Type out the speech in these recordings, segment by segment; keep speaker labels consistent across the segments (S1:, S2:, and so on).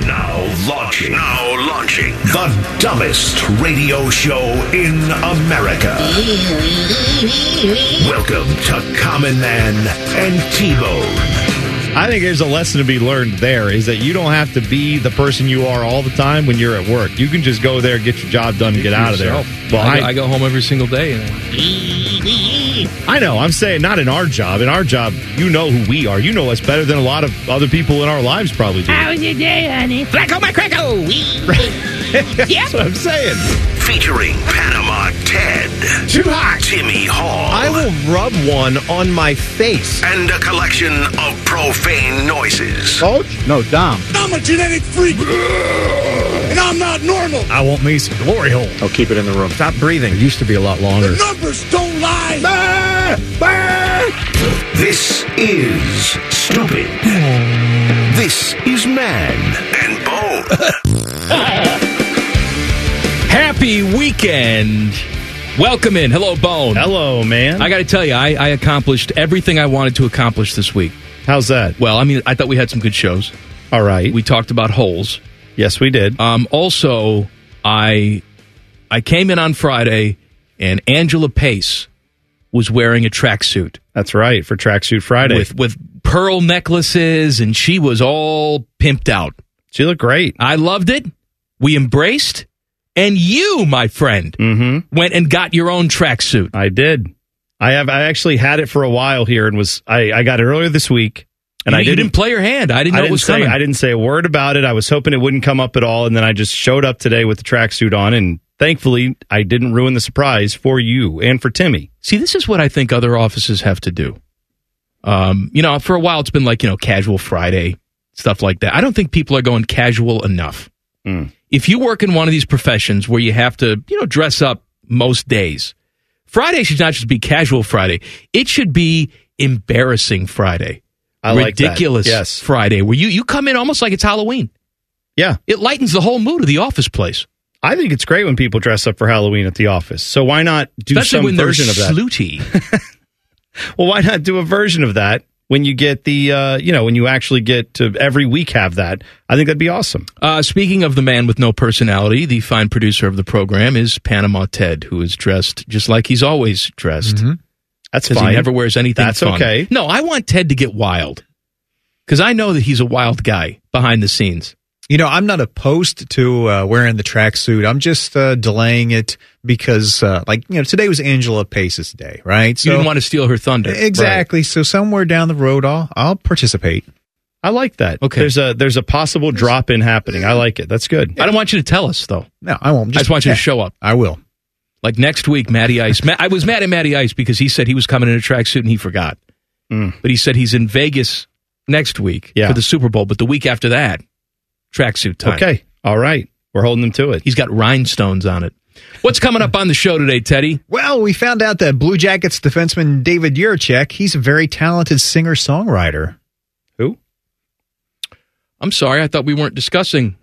S1: Now launching. Now launching. The dumbest radio show in America. Welcome to Common Man and T-Bone.
S2: I think there's a lesson to be learned there is that you don't have to be the person you are all the time when you're at work. You can just go there, get your job done, get out of there.
S3: Yourself. I, go- I go home every single day. And
S2: I know. I'm saying not in our job. In our job, you know who we are. You know us better than a lot of other people in our lives probably do.
S4: How's your day, honey? Flacco my cracko!
S2: That's what I'm saying.
S1: Featuring Panama Ted.
S2: Too hot.
S1: Timmy Hall.
S2: I will rub one on my face.
S1: and a collection of profane noises.
S2: Coach? No, Dom.
S5: I'm a genetic freak. And I'm not normal.
S2: I want me some glory hole. I'll keep it in the room. Stop breathing. It used to be a lot longer.
S5: Numbers don't lie.
S1: This is stupid. This is man and bone.
S3: Happy weekend. Welcome in. Hello, Bone.
S2: Hello, man.
S3: I got to tell you, I, I accomplished everything I wanted to accomplish this week.
S2: How's that?
S3: Well, I mean, I thought we had some good shows.
S2: All right.
S3: We talked about holes.
S2: yes, we did.
S3: Um, also, I I came in on Friday, and Angela Pace was wearing a tracksuit
S2: That's right. For Tracksuit Friday.
S3: with with pearl necklaces, and she was all pimped out.
S2: she looked great.
S3: I loved it. We embraced, and you, my friend,
S2: Mm-hmm.
S3: went and got your own tracksuit.
S2: I did. I have. I actually had it for a while here, and was I, I got it earlier this week, and
S3: you,
S2: I
S3: you
S2: didn't.
S3: didn't play your hand. I didn't know it
S2: I didn't
S3: was
S2: say.
S3: coming.
S2: I didn't say a word about it. I was hoping it wouldn't come up at all, and then I just showed up today with the tracksuit on, and thankfully I didn't ruin the surprise for you and for Timmy.
S3: See, this is what I think other offices have to do. Um, you know, for a while it's been like, you know, casual Friday, stuff like that. I don't think people are going casual enough.
S2: Hmm.
S3: If you work in one of these professions where you have to, you know, dress up most days, Friday should not just be casual Friday. It should be embarrassing Friday.
S2: I like that.
S3: ridiculous
S2: Yes.
S3: Friday where you, you come in almost like it's Halloween.
S2: Yeah,
S3: It lightens the whole mood of the office place.
S2: I think it's great when people dress up for Halloween at the office. So why not do
S3: Especially
S2: some
S3: when they're
S2: version of that?
S3: snooty.
S2: Well, why not do a version of that when you get the, uh, you know, when you actually get to every week have that? I think that'd be awesome.
S3: Uh, speaking of the man with no personality, the fine producer of the program is Panama Ted, who is dressed just like he's always dressed
S2: Mm-hmm. That's
S3: because
S2: fine.
S3: he never wears anything.
S2: That's
S3: fun.
S2: okay.
S3: No, I want Ted to get wild because I know that he's a wild guy behind the scenes.
S6: You know, I'm not opposed to uh, wearing the tracksuit. I'm just uh, delaying it because, uh, like, you know, today was Angela Pace's day, right?
S3: you didn't want to steal her thunder,
S6: exactly. So somewhere down the road, I'll I'll participate.
S2: I like that.
S3: Okay.
S2: There's a there's a possible drop in happening. I like it. That's good.
S3: I don't want you to tell us though.
S6: No, I won't.
S3: I just want you to show up.
S6: I will.
S3: Like next week, Matty Ice. Ma- I was mad at Matty Ice because he said he was coming in a tracksuit and he forgot. But he said he's in Vegas next week
S2: Mm. Yeah.
S3: for the Super Bowl, but the week after that, tracksuit time.
S2: Okay. All right. We're holding them to it.
S3: He's got rhinestones on it. What's coming up on the show today, Teddy?
S6: Well, we found out that Blue Jackets defenseman David Yurchek, he's a very talented singer songwriter.
S2: Who?
S3: I'm sorry, I thought we weren't discussing.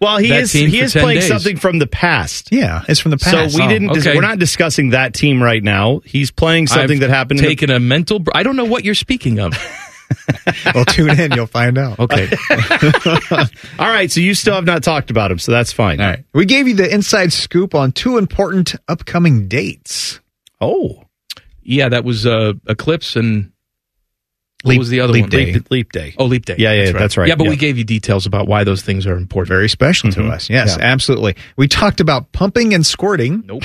S2: Well, he
S3: That
S2: is
S3: team
S2: he
S3: for
S2: is
S3: 10
S2: playing
S3: days.
S2: something from the past.
S6: Yeah, it's from the past.
S2: So we
S3: Oh,
S2: didn't. dis-
S3: okay.
S2: We're not discussing that team right now. He's playing something
S3: I've
S2: that happened. in the-
S3: Taken a mental. Br- I don't know what you're speaking of.
S6: well, tune in, you'll find out.
S3: Okay,
S2: all right. So you still have not talked about him. So that's fine.
S6: All right. We gave you the inside scoop on two important upcoming dates.
S2: Oh,
S3: yeah, that was uh, Eclipse and what
S6: Leap-
S3: was the other
S6: Leap
S3: one?
S6: Day.
S3: Leap,
S2: leap, leap day.
S3: oh, Leap Day.
S2: Yeah, yeah, that's right.
S3: Yeah, but
S2: Yeah.
S3: we gave you details about why those things are important. Mm-hmm.
S6: Very special
S2: Mhm.
S6: to us. Yes,
S2: Yeah.
S6: absolutely. We talked about pumping and squirting.
S3: Nope.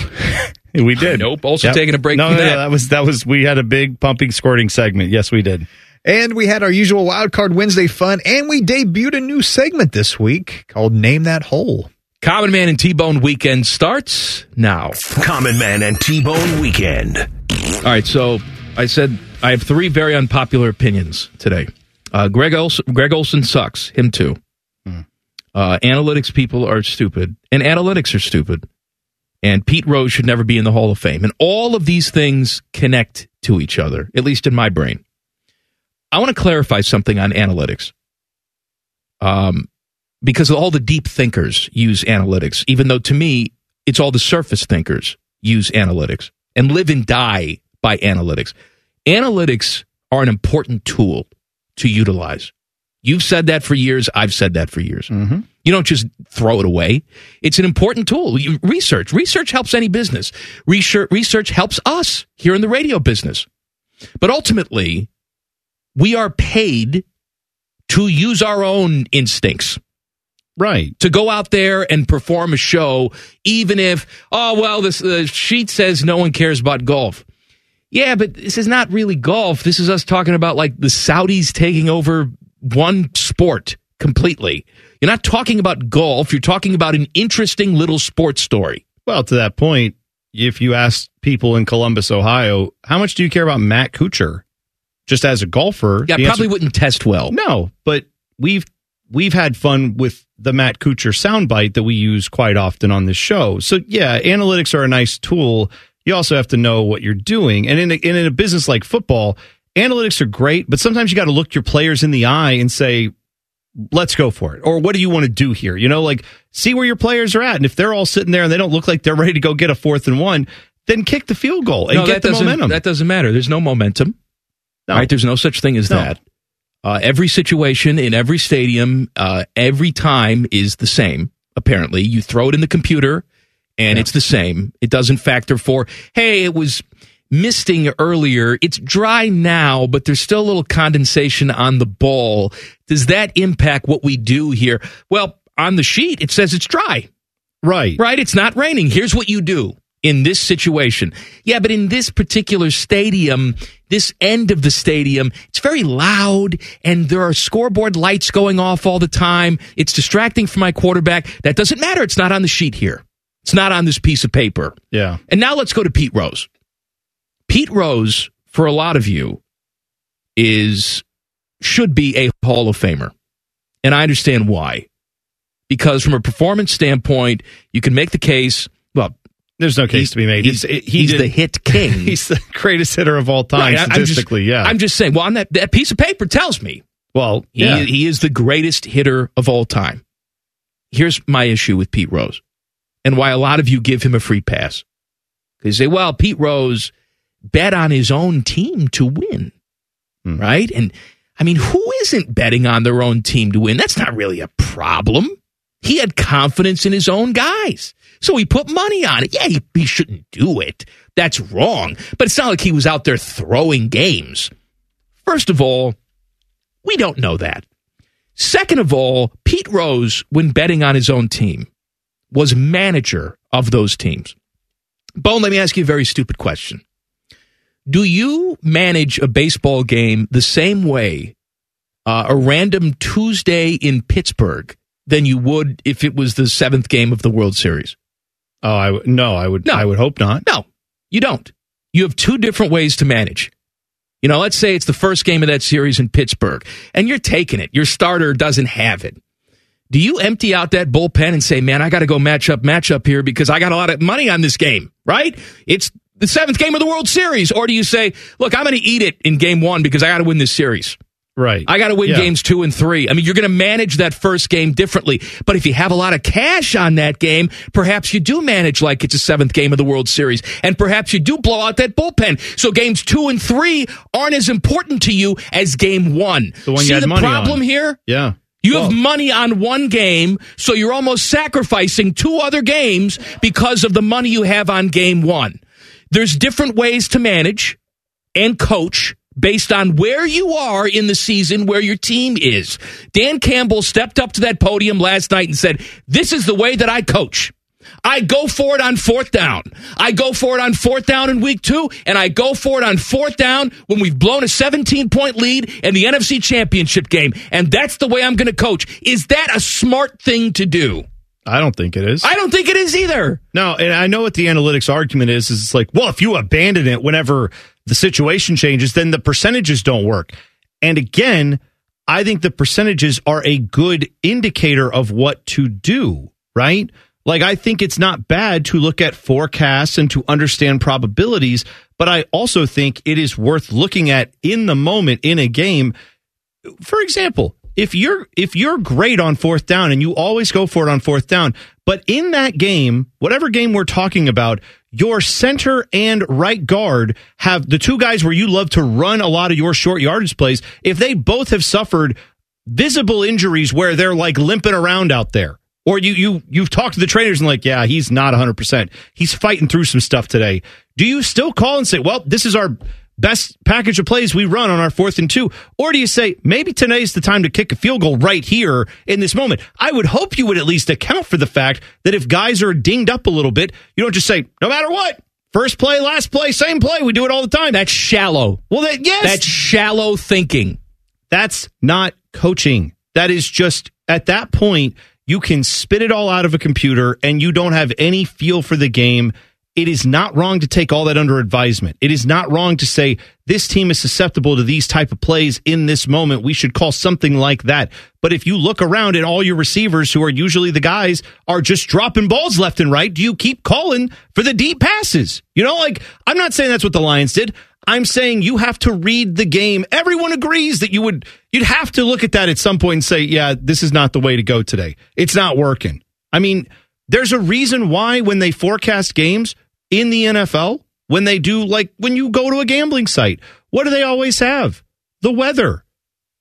S2: we did.
S3: Nope. Also
S2: Yep.
S3: taking a break
S2: No,
S3: from
S2: no, no,
S3: that.
S2: that was that was we had a big pumping squirting segment. Yes, we did.
S6: And we had our usual wildcard Wednesday fun, and we debuted a new segment this week called Name That Hole.
S3: Common Man and T-Bone Weekend starts now.
S1: Common Man and T-Bone Weekend.
S3: All right, so I said I have three very unpopular opinions today. Uh, Greg Olson, Greg Olson sucks. Him too. Uh, analytics people are stupid, and analytics are stupid. And Pete Rose should never be in the Hall of Fame. And all of these things connect to each other, at least in my brain. I want to clarify something on analytics. Um, because all the deep thinkers use analytics, even though to me, it's all the surface thinkers use analytics and live and die by analytics. Analytics are an important tool to utilize. You've said that for years. I've said that for years. You don't just throw it away. It's an important tool. You, research. Research helps any business. Research, research helps us here in the radio business. But ultimately, we are paid to use our own instincts. Right. To go out there and perform a show, even if, oh, well, this uh, sheet says no one cares about golf. Yeah, but this is not really golf. This is us talking about like the Saudis taking over one sport completely. You're not talking about golf. You're talking about an interesting little sports story.
S2: Well, to that point, if you ask people in Columbus, Ohio, how much do you care about Matt Kuchar? Just as a golfer,
S3: Yeah,
S2: the
S3: probably
S2: answer-
S3: wouldn't test well.
S2: No, but we've we've had fun with the Matt Kuchar soundbite that we use quite often on this show. So yeah, analytics are a nice tool. You also have to know what you're doing, and in a, and in a business like football, analytics are great, but sometimes you got to look your players in the eye and say, let's go for it. Or what do you want to do here? You know, like see where your players are at. And if they're all sitting there and they don't look like they're ready to go get a fourth and one, then kick the field goal and
S3: No,
S2: get
S3: that
S2: the
S3: doesn't-
S2: momentum.
S3: That doesn't matter. There's no momentum. Right? There's no such thing as that. Uh, every situation in every stadium, uh, every time is the same. Apparently, you throw it in the computer, and it's the same. It doesn't factor for hey, it was misting earlier. It's dry now, but there's still a little condensation on the ball. Does that impact what we do here? Well, on the sheet, it says it's dry.
S2: Right.
S3: Right. It's not raining. Here's what you do in this situation. Yeah, but in this particular stadium, this end of the stadium, it's very loud and there are scoreboard lights going off all the time. It's distracting for my quarterback. That doesn't matter. It's not on the sheet here. It's not on this piece of paper.
S2: Yeah.
S3: And now let's go to Pete Rose. Pete Rose, for a lot of you, is should be a Hall of Famer. And I understand why. Because from a performance standpoint, you can make the case, well,
S2: there's no case to be made.
S3: He's,
S2: It's- it- he
S3: he's
S2: did-
S3: the hit king.
S2: He's the greatest hitter of all time,
S3: Right, I- I'm just-
S2: statistically. yeah.
S3: I'm just saying, well, on that, that piece of paper tells me.
S2: Well,
S3: he,
S2: yeah.
S3: he is the greatest hitter of all time. Here's my issue with Pete Rose and why a lot of you give him a free pass. Because you say, well, Pete Rose bet on his own team to win, right? And I mean, who isn't betting on their own team to win? That's not really a problem. He had confidence in his own guys. So he put money on it. Yeah, he, he shouldn't do it. That's wrong. But it's not like he was out there throwing games. First of all, we don't know that. Second of all, Pete Rose, when betting on his own team, was manager of those teams. Bone, let me ask you a very stupid question. Do you manage a baseball game the same way uh, a random Tuesday in Pittsburgh than you would if it was the seventh game of the World Series?
S2: Oh, I w- no, I would. I would hope not.
S3: No, you don't. You have two different ways to manage. You know, let's say it's the first game of that series in Pittsburgh, and you're taking it. Your starter doesn't have it. Do you empty out that bullpen and say, man, I got to go match up, match up here because I got a lot of money on this game, right? It's the seventh game of the World Series. Or do you say, look, I'm going to eat it in game one because I got to win this series?
S2: Right.
S3: I got to win
S2: Yeah.
S3: games two and three. I mean, you're going to manage that first game differently. But if you have a lot of cash on that game, perhaps you do manage like it's a seventh game of the World Series. And perhaps you do blow out that bullpen. So games two and three aren't as important to you as game one.
S2: The one you
S3: See
S2: had
S3: the
S2: money on.
S3: problem here?
S2: Yeah.
S3: You have money on one game, so you're almost sacrificing two other games because of the money you have on game one. There's different ways to manage and coach based on where you are in the season, where your team is. Dan Campbell stepped up to that podium last night and said, This is the way that I coach. I go for it on fourth down. I go for it on fourth down in week two, and I go for it on fourth down when we've blown a 17 point lead in the NFC championship game. And that's the way I'm going to coach. Is that a smart thing to do?
S2: I don't think it is.
S3: I don't think it is either.
S2: No, and I know what the analytics argument is. Is it's like, well, if you abandon it whenever the situation changes, then the percentages don't work. And again, I think the percentages are a good indicator of what to do, right? Like, I think it's not bad to look at forecasts and to understand probabilities, but I also think it is worth looking at in the moment in a game. For example, if you're if you're great on fourth down and you always go for it on fourth down, but in that game, whatever game we're talking about, your center and right guard have the two guys where you love to run a lot of your short yardage plays. If they both have suffered visible injuries where they're like limping around out there, or you you you've talked to the trainers and like, yeah, he's not 100. percent He's fighting through some stuff today. Do you still call and say, well, this is our best package of plays we run on our fourth and two? Or do you say, maybe today's the time to kick a field goal right here in this moment? I would hope you would at least account for the fact that if guys are dinged up a little bit, you don't just say, no matter what, first play, last play, same play. We do it all the time.
S3: That's shallow.
S2: Well, that, yes.
S3: That's shallow thinking.
S2: That's not coaching. That is just at that point, you can spit it all out of a computer and you don't have any feel for the game. It is not wrong to take all that under advisement. It is not wrong to say this team is susceptible to these type of plays in this moment. We should call something like that. But if you look around and all your receivers, who are usually the guys, are just dropping balls left and right, do you keep calling for the deep passes? You know, like I'm not saying that's what the Lions did. I'm saying you have to read the game. Everyone agrees that you would you'd have to look at that at some point and say, "Yeah, this is not the way to go today. It's not working." I mean, there's a reason why when they forecast games in the NFL, when they do like when you go to a gambling site, what do they always have? The weather.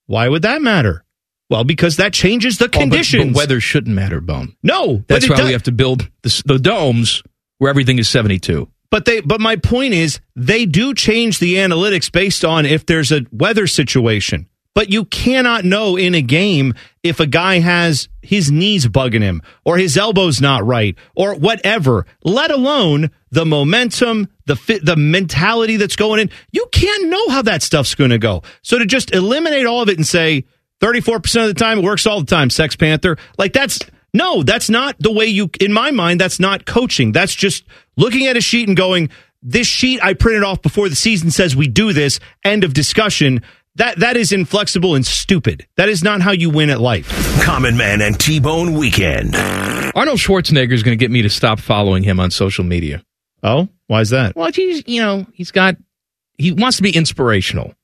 S2: Why would that matter? Well, because that changes the
S3: Oh,
S2: conditions.
S3: but- but weather shouldn't matter, Bone.
S2: no,
S3: That's
S2: but it
S3: why we
S2: does-
S3: have to build the, s- the domes where everything is 72.
S2: But they but my point is they do change the analytics based on if there's a weather situation. But you cannot know in a game if a guy has his knees bugging him or his elbows not right or whatever, let alone the momentum, the fit, the mentality that's going in. You can't know how that stuff's going to go. So to just eliminate all of it and say 34% of the time it works all the time, Sex Panther, like that's no, that's not the way you, in my mind, that's not coaching. That's just looking at a sheet and going, this sheet I printed off before the season says we do this. End of discussion. That, that is inflexible and stupid. That is not how you win at life.
S1: Common Man and T Bone Weekend.
S3: Arnold Schwarzenegger is going to get me to stop following him on social media.
S2: Oh, why is that?
S3: Well, he's, you know, he's got, he wants to be inspirational,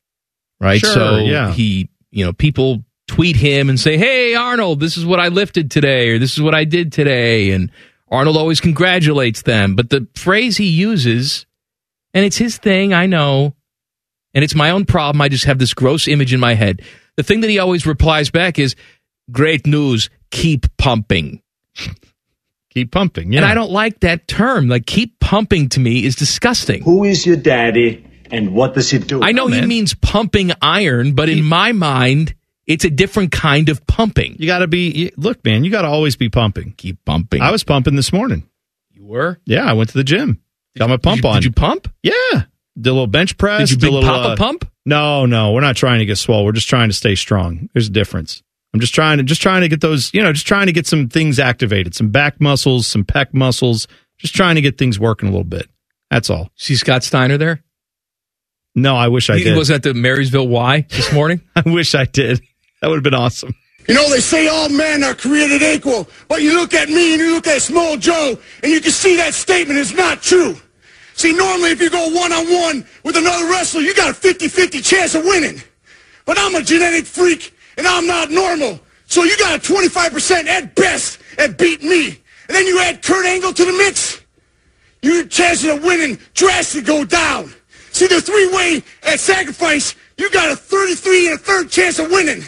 S3: right?
S2: Sure,
S3: so
S2: yeah.
S3: he, you know, people tweet him and say, hey, Arnold, this is what I lifted today, or this is what I did today. And Arnold always congratulates them. But the phrase he uses, and it's his thing, I know, and it's my own problem. I just have this gross image in my head. The thing that he always replies back is, great news, keep pumping.
S2: Keep pumping. Yeah.
S3: And I don't like that term. Like, keep pumping to me is disgusting.
S7: Who is your daddy and what does he do?
S3: I know he means pumping iron, but in my mind, it's a different kind of pumping.
S2: you got to be, you- look, man, you got to always be pumping.
S3: Keep pumping.
S2: I was pumping this morning.
S3: you were.
S2: Yeah. I went to the gym. Got my pump
S3: did you,
S2: on.
S3: Did you pump?
S2: yeah. Did a little bench
S3: Did
S2: press.
S3: you
S2: did a
S3: big
S2: little,
S3: pop
S2: uh,
S3: a pump?
S2: No, no, we're not trying to get swole. We're just trying to stay strong. There's a difference. I'm just trying to just trying to get those, you know, just trying to get some things activated, some back muscles, some pec muscles, just trying to get things working a little bit. That's all.
S3: See Scott Steiner there?
S2: No, I wish I
S3: he
S2: did.
S3: was at the Marysville Y this morning.
S2: I wish I did. That would have been awesome.
S5: You know, they say all men are created equal, but you look at me and you look at Small Joe, and you can see that statement is not true. See, normally if you go one-on-one with another wrestler, you got a 50-50 chance of winning. But I'm a genetic freak, and I'm not normal. So you got a 25% at best at beating me. And then you add Kurt Angle to the mix, your chances of winning drastically go down. See, the three-way at sacrifice, you got a 33 and a third chance of winning.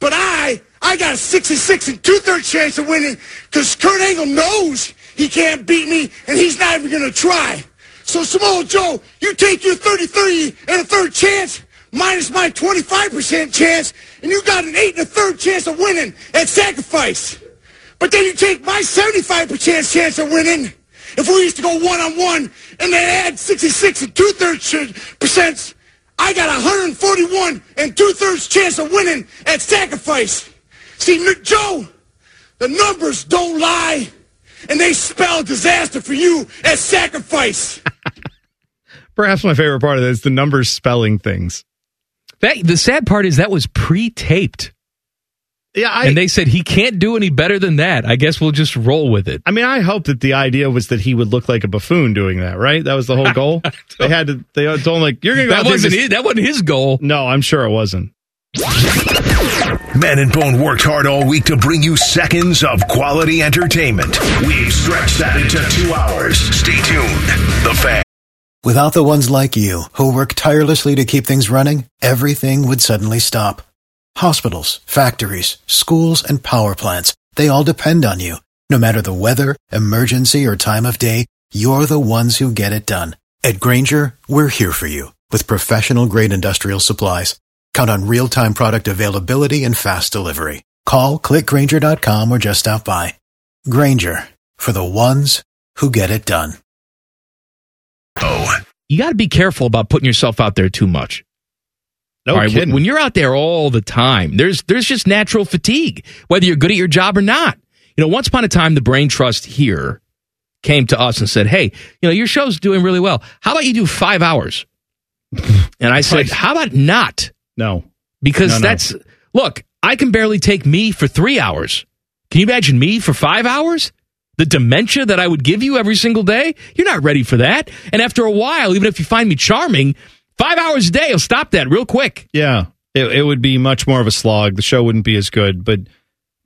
S5: But I, I got a 66 and two-thirds chance of winning because Kurt Angle knows he can't beat me and he's not even going to try. So Samoa Joe, you take your 33 and a third chance minus my 25% chance and you got an eight and a third chance of winning at sacrifice. But then you take my 75% chance of winning if we used to go one-on-one and then add 66 and two-thirds percent I got 141 and two-thirds chance of winning at sacrifice. See, Mick Joe, the numbers don't lie, and they spell disaster for you at sacrifice.
S2: Perhaps my favorite part of that is the numbers spelling things.
S3: That, the sad part is that was pre-taped.
S2: Yeah, I,
S3: and they said he can't do any better than that. I guess we'll just roll with it.
S2: I mean, I hope that the idea was that he would look like a buffoon doing that, right? That was the whole goal. they had to. They told him like, "You're going to go." out
S3: That
S2: there and
S3: wasn't
S2: just-
S3: it. That wasn't his goal.
S2: No, I'm sure it wasn't.
S1: Man and Bone worked hard all week to bring you seconds of quality entertainment. We've stretched that into two hours. Stay tuned. The fan.
S8: Without the ones like you, who work tirelessly to keep things running, everything would suddenly stop. Hospitals, factories, schools, and power plants, they all depend on you. No matter the weather, emergency, or time of day, you're the ones who get it done. At Granger, we're here for you with professional grade industrial supplies. Count on real time product availability and fast delivery. Call clickgranger.com or just stop by. Granger for the ones who get it done.
S3: You got to be careful about putting yourself out there too much.
S2: No
S3: All right,
S2: kidding.
S3: When, when you're out there all the time, there's there's just natural fatigue, whether you're good at your job or not. You know, once upon a time, the Brain Trust here came to us and said, "Hey, you know, your show's doing really well. How about you do five hours?" And I said, "How about not?"
S2: no.
S3: Because
S2: No, no.
S3: that's look, I can barely take me for three hours. Can you imagine me for five hours? The dementia that I would give you every single day? You're not ready for that. And after a while, even if you find me charming, five hours a day will stop that real quick.
S2: Yeah, it, it would be much more of a slog. The show wouldn't be as good. But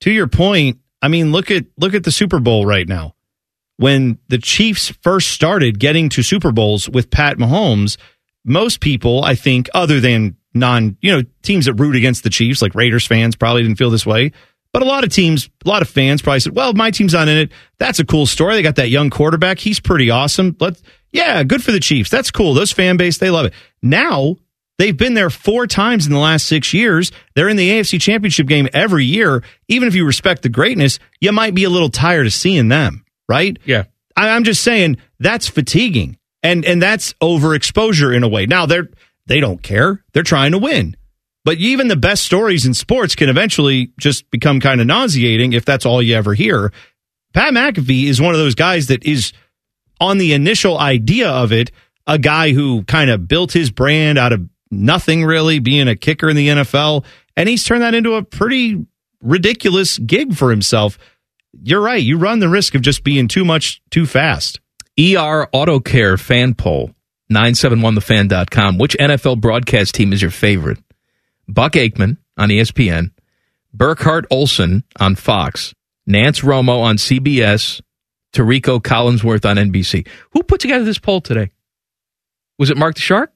S2: to your point, I mean, look at look at the Super Bowl right now. When the Chiefs first started getting to Super Bowls with Pat Mahomes, most people, I think, other than non, you know, teams that root against the Chiefs, like Raiders fans, probably didn't feel this way. But a lot of teams, a lot of fans probably said, "Well, my team's not in it. That's a cool story. They got that young quarterback. He's pretty awesome. Let, yeah, good for the Chiefs. That's cool. Those fan base, they love it." Now they've been there four times in the last six years. They're in the AFC Championship game every year. Even if you respect the greatness, you might be a little tired of seeing them, right?
S3: Yeah.
S2: I, I'm just saying that's fatiguing, and and that's overexposure in a way. Now they're they don't care; they're trying to win. But even the best stories in sports can eventually just become kind of nauseating if that's all you ever hear. Pat McAfee is one of those guys that is on the initial idea of it, a guy who kind of built his brand out of nothing really, being a kicker in the NFL, and he's turned that into a pretty ridiculous gig for himself. You're right. You run the risk of just being too much too fast.
S3: ER Auto Care fan poll 971thefan.com. Which NFL broadcast team is your favorite? Buck Aikman on E ESPN, Burkhart Olson on Fox, Nance Romo on CBS, Tarico Collinsworth on NBC. Who put together this poll today? Was it Mark the Shark?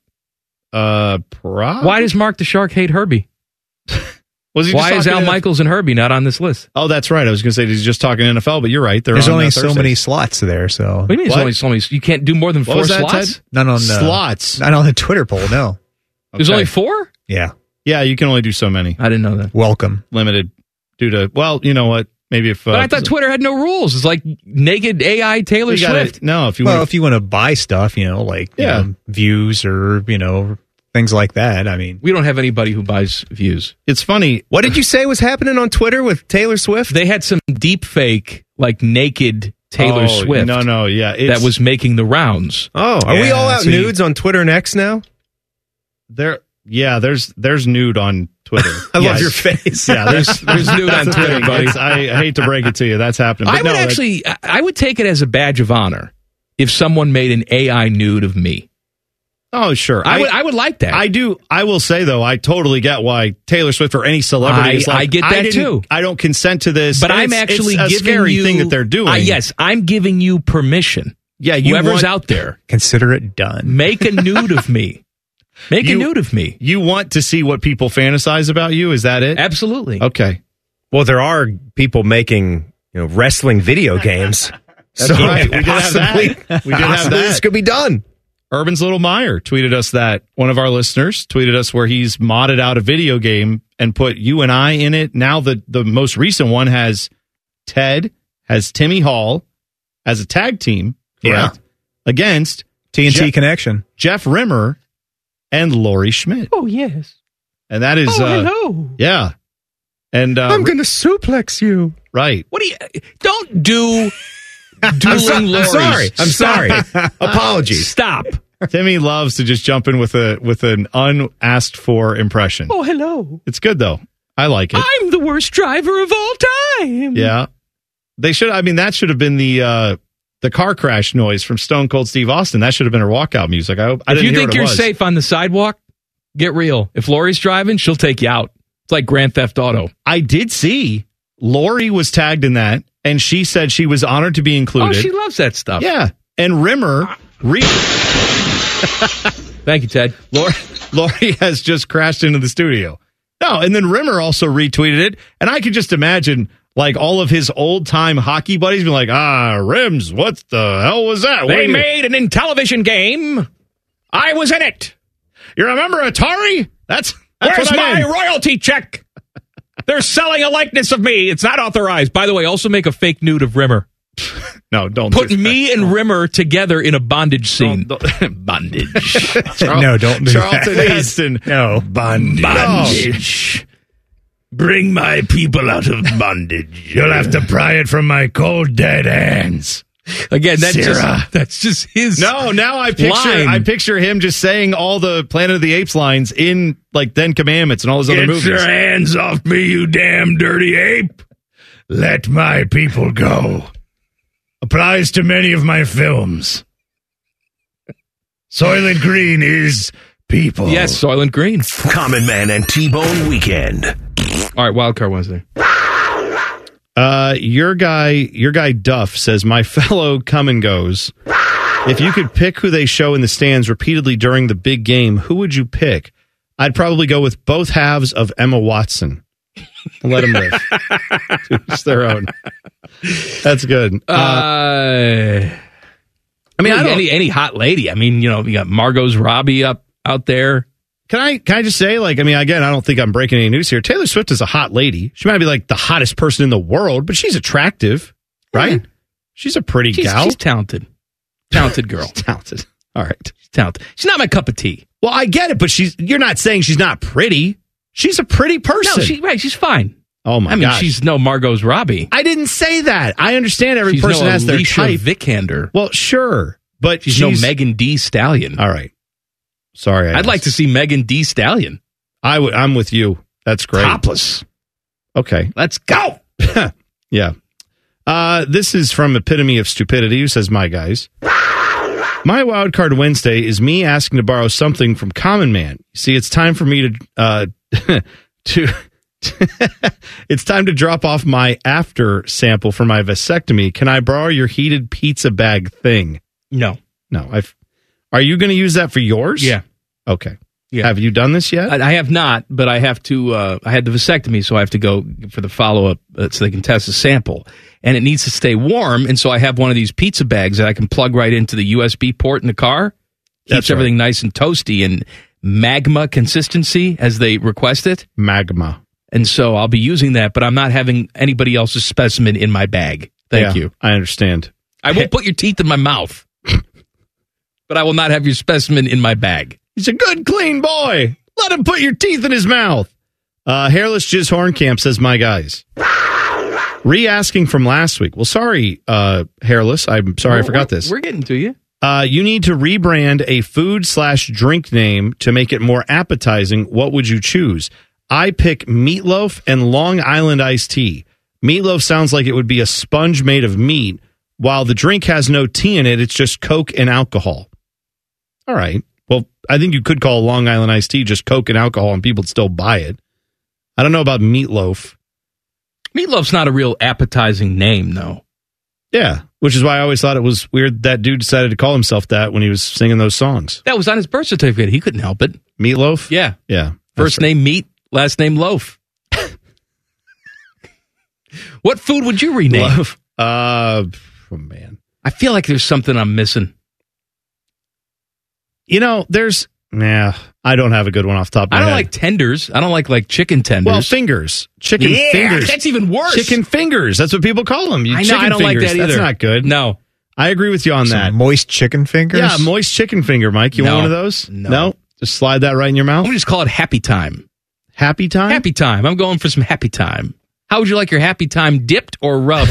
S2: Uh, prob-
S3: Why does Mark the Shark hate Herbie?
S2: was he just
S3: Why is
S2: talking
S3: Al
S2: to-
S3: Michaels and Herbie not on this list?
S2: Oh, that's right. I was going to say he's just talking NFL, but you're right. They're
S6: There's
S2: on,
S6: only
S2: uh,
S6: so
S2: Thursdays.
S6: many slots there, so
S3: What do you mean? There's
S2: What?
S3: only so many. You can't do more than
S2: What
S3: four
S2: was that,
S3: slots.
S2: Ted?
S6: not on the
S2: slots.
S6: Not on the Twitter poll. No.
S3: There's
S2: Okay.
S3: only four.
S6: Yeah.
S2: yeah, you can only do so many.
S3: I didn't know that.
S6: Welcome.
S2: Limited due to well, you know what? Maybe if uh,
S3: But I thought Twitter had no rules. It's like naked AI Taylor
S2: you gotta-
S3: Swift.
S2: No, if you
S6: well,
S2: want,
S6: if you want to buy stuff, you know, like you
S2: Yeah.
S6: know, views or you know things like that. I mean,
S3: We don't have anybody who buys views.
S2: it's funny.
S9: What did you say was happening on Twitter with Taylor Swift?
S3: They had some deep fake, like naked Taylor
S2: Oh,
S3: Swift
S2: No, no, yeah, it's,
S3: that was making the rounds.
S9: Oh, are we
S6: Yeah,
S9: all out
S6: so you-
S9: nudes on Twitter and X now?
S2: there. Yeah, there's there's nude on Twitter.
S9: I
S2: yes.
S9: love your face.
S2: Yeah, there's
S3: There's nude on Twitter, buddy.
S2: It's- I, I hate to break it to you, that's happening. But
S3: I would
S2: no, that-
S3: actually, I I would take it as a badge of honor if someone made an AI nude of me.
S2: oh sure,
S3: I, would, I would like that.
S2: I do. I will say though, I totally get why Taylor Swift or any celebrity
S3: I-
S2: is like.
S3: I get that,
S2: didn't-
S3: too.
S2: I don't consent to this,
S3: but
S2: And
S3: I'm
S2: it's-
S3: actually
S2: it's a
S3: giving
S2: scary
S3: you
S2: thing that they're doing.
S3: Ah, yes, I'm giving you permission.
S2: yeah. You
S3: Whoever's
S2: want,
S3: out there,
S6: consider it done.
S3: make a nude of me. Make
S2: You-
S3: a nude of me.
S2: you want to see what people fantasize about you. Is that it?
S3: Absolutely.
S2: Okay.
S9: Well, there are people making you know wrestling video games. so
S2: right. We did have that.
S9: possibly,
S2: We did have
S9: possibly
S2: that.
S9: this could be done.
S2: Urban's Little Meyer tweeted us that one of our listeners tweeted us where he's modded out a video game and put you and I in it. Now the the most recent one has Ted, has Timmy Hall as a tag team, correct? Against
S6: TNT
S2: Je-
S6: connection.
S2: Jeff Rimmer and Lori Schmidt.
S3: Oh yes. Oh,
S2: And that is uh,
S3: hello.
S2: yeah. And uh,
S9: going to suplex you.
S2: right.
S3: What do you? Don't do dueling
S9: I'm, so- I'm
S3: lorries.
S9: sorry. I'm
S3: Stop
S9: sorry.
S3: it.
S9: Apologies.
S3: Stop.
S2: Timmy loves to just jump in with a with an unasked for impression.
S10: Oh, hello. Ah.
S2: It's good though. I like it.
S10: I'm the worst driver of all time.
S2: Yeah. They should I mean that should have been the uh the car crash noise from Stone Cold Steve Austin. That should have been her walkout music. I, hope- I
S3: if
S2: didn't
S3: you
S2: hear
S3: think
S2: what it
S3: you're
S2: was.
S3: safe on the sidewalk, get real. If Lori's driving, she'll take you out. It's like Grand Theft Auto.
S2: I did see Lori was tagged in that, and she said she was honored to be included.
S3: Oh, she loves that stuff.
S2: Yeah. And Rimmer, re-
S3: thank you, Ted.
S2: Lori, Lori has just crashed into the studio. No, and then Rimmer also retweeted it, and I could just imagine like all of his old time hockey buddies being like, "Ah, Rims, what the hell was that?
S3: They
S2: made an television game. I was in it. You remember Atari? That's, that's
S3: Where's
S2: what I'm
S3: my
S2: in.
S3: royalty check? They're selling a likeness of me. It's not authorized. By the way, also make a fake nude of Rimmer.
S2: No, don't
S3: put me and Rimmer together in a bondage scene. bondage.
S6: no, don't do
S3: Charlton
S6: that.
S3: Heston.
S6: No.
S11: Bondage.
S2: Bondage.
S11: Bring my people out of bondage. You'll have to pry it from my cold dead hands.
S3: Again,
S2: that's just-
S3: that's just his.
S2: No, now I picture
S11: line.
S2: I picture him just saying all the Planet of the Apes lines in like Ten Commandments and all his other
S11: Get
S2: movies.
S11: your hands off me, you damn dirty ape! Let my people go. Applies to many of my films. Soylent Green is people.
S3: Yes, Soylent Green.
S1: Common Man and T Bone Weekend.
S3: All right, Wildcard Wednesday.
S2: Uh, your guy, your guy Duff says, "My fellow come and goes. If you could pick who they show in the stands repeatedly during the big game, who would you pick? I'd probably go with both halves of Emma Watson. Let them live. To each their own. That's good.
S3: Uh, I mean, Uh, any any hot lady. I mean, you know, you got Margot's Robbie up out there.
S2: Can I can I just say like I mean again I don't think I'm breaking any news here. Taylor Swift is a hot lady. She might be like the hottest person in the world, but she's attractive, right? She's a pretty
S3: She's-
S2: gal.
S3: she's talented. Talented girl.
S2: talented. All right.
S3: She's talented. She's not my cup of tea.
S2: Well, I get it, but she's you're not saying she's not pretty. She's a pretty person.
S3: No, she, right, she's fine.
S2: Oh my
S3: I mean,
S2: gosh.
S3: she's no Margot's Robbie.
S2: I didn't say that. I understand every
S3: She's
S2: person
S3: no
S2: has their
S3: Alicia
S2: type.
S3: Vikander.
S2: Well, sure, but
S3: she's,
S2: she's-
S3: no Megan D. Stallion.
S2: All right. Sorry, I
S3: I'd like to see Megan D. Stallion.
S2: I would. I'm with you. That's great.
S3: Topless.
S2: Okay.
S3: Let's go.
S2: Yeah. Uh, this is from Epitome of Stupidity, who says, My guys. My wild card Wednesday is me asking to borrow something from Common Man. You see, it's time for me to uh, to it's time to drop off my after sample for my vasectomy. Can I borrow your heated pizza bag thing?
S3: No,
S2: no. I've. Are you going to use that for yours?
S3: Yeah.
S2: Okay. Have you done this yet?
S3: I, I have not, but I have to. Uh, I had the vasectomy, so I have to go for the follow up uh, so they can test the sample, and it needs to stay warm. And so I have one of these pizza bags that I can plug right into the USB port in the car. Keeps everything nice and toasty and magma consistency as they request it.
S2: Magma.
S3: And so I'll be using that, but I'm not having anybody else's specimen in my bag. Thank
S2: Yeah,
S3: you.
S2: I understand.
S3: I won't put your teeth in my mouth, but I will not have your specimen in my bag.
S2: He's a good, clean boy. Let him put your teeth in his mouth. Uh, Hairless Jizz Horncamp says, My guys. Re asking from last week. Well, sorry, uh, Hairless. I'm sorry I
S3: We're-
S2: forgot
S3: we're-
S2: this.
S3: We're getting to you.
S2: Uh, you need to rebrand a food slash drink name to make it more appetizing. What would you choose? I pick meatloaf and Long Island iced tea. Meatloaf sounds like it would be a sponge made of meat, while the drink has no tea in it. It's just Coke and alcohol. All right. Well, I think you could call Long Island iced tea just Coke and alcohol, and people would still buy it. I don't know about meatloaf.
S3: Meatloaf's not a real appetizing name, though.
S2: Yeah, which is why I always thought it was weird that dude decided to call himself that when he was singing those songs.
S3: That was on his birth certificate. He couldn't help it.
S2: Meatloaf?
S3: Yeah.
S2: Yeah.
S3: First name Meat, last name Loaf. what food would you rename?
S2: Loaf. Uh, man.
S3: I feel like there's something I'm missing.
S2: You know, there's nah. I don't have a good one off the top. Of my
S3: I don't
S2: head.
S3: like tenders. I don't like like chicken tenders.
S2: well fingers, chicken
S3: Yeah,
S2: fingers.
S3: That's even worse.
S2: Chicken fingers. That's what people call them. You
S3: I know.
S2: chicken
S3: I don't
S2: fingers.
S3: like that either.
S2: That's not good.
S3: No.
S2: I agree with you on
S6: Some
S2: that.
S6: moist chicken fingers.
S2: Yeah, moist chicken finger, Mike. You
S3: No.
S2: want one of those?
S3: No.
S2: Just slide that right in your mouth.
S3: I'm gonna just call it happy time.
S2: Happy time.
S3: Happy time. I'm going for some happy time. How would you like your happy time dipped or rubbed?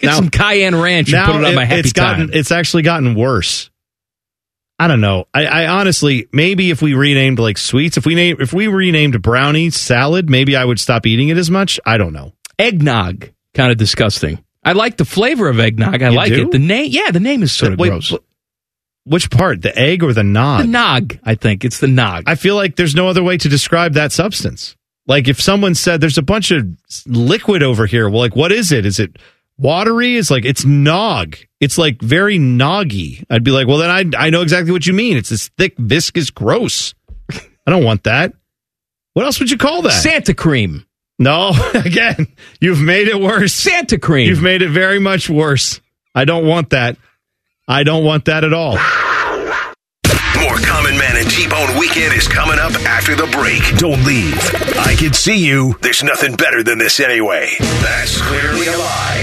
S3: Get some cayenne ranch and
S2: now
S3: put it on my happy
S2: it's
S3: time.
S2: gotten. It's actually gotten worse. I don't know. I, I honestly, maybe if we renamed like sweets, if we name, if we renamed brownie salad, maybe I would stop eating it as much. I don't know.
S3: Eggnog, kind of disgusting. I like the flavor of eggnog. I
S2: You
S3: like
S2: do?
S3: it. The name, yeah, the name is sort of gross.
S2: Which part, the egg or the nog? The
S3: nog, I think it's the nog.
S2: I feel like there's no other way to describe that substance. Like if someone said, "There's a bunch of s- liquid over here," well, like what is it? Is it watery? It's like it's nog. It's like very noggy. I'd be like, well, then I I know exactly what you mean. It's this thick, viscous, gross. I don't want that. What else would you call that?
S3: Santa cream.
S2: No, again, you've made it worse.
S3: Santa cream.
S2: You've made it very much worse. I don't want that. I don't want that at all.
S1: More Common Man and T-Bone Weekend is coming up after the break. Don't leave. I can see you. There's nothing better than this anyway. That's clearly a lie.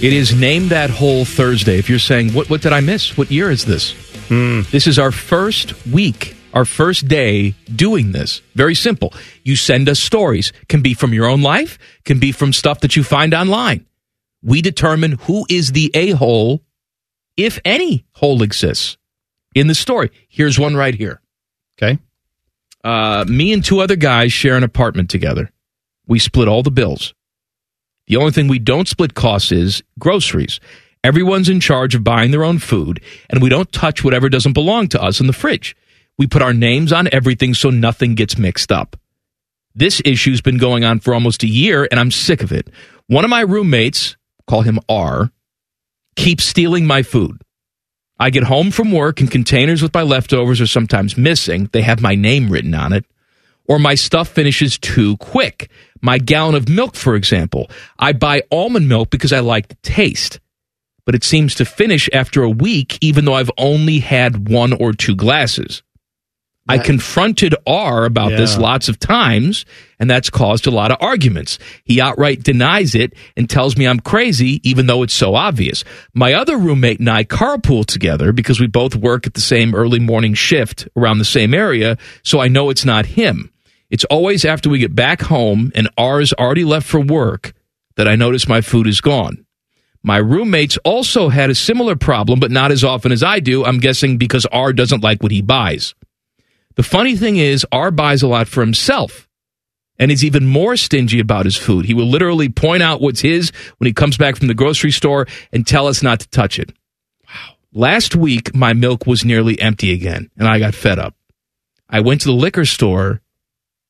S3: It is Name That Hole Thursday. If you're saying, what, what did I miss? What year is this? This is our first week, our first day doing this. Very simple. You send us stories. Can be from your own life, can be from stuff that you find online. We determine who is the a-hole, if any hole exists in the story. Here's one right here.
S2: Okay.
S3: Uh, me and two other guys share an apartment together. We split all the bills. The only thing we don't split costs is groceries. Everyone's in charge of buying their own food, and we don't touch whatever doesn't belong to us in the fridge. We put our names on everything so nothing gets mixed up. This issue's been going on for almost a year, and I'm sick of it. One of my roommates, call him R, keeps stealing my food. I get home from work and containers with my leftovers are sometimes missing. They have my name written on it. Or my stuff finishes too quick. My gallon of milk, for example. I buy almond milk because I like the taste. But it seems to finish after a week, even though I've only had one or two glasses. I confronted R about this
S12: Yeah.
S3: lots of times, and that's caused a lot of arguments. He outright denies it and tells me I'm crazy, even though it's so obvious. My other roommate and I carpool together because we both work at the same early morning shift around the same area, so I know it's not him. It's always after we get back home and R's already left for work that I notice my food is gone. My roommates also had a similar problem, but not as often as I do. I'm guessing because R doesn't like what he buys. The funny thing is, R buys a lot for himself and is even more stingy about his food. He will literally point out what's his when he comes back from the grocery store and tell us not to touch it. Wow. Last week, my milk was nearly empty again, and I got fed up. I went to the liquor store.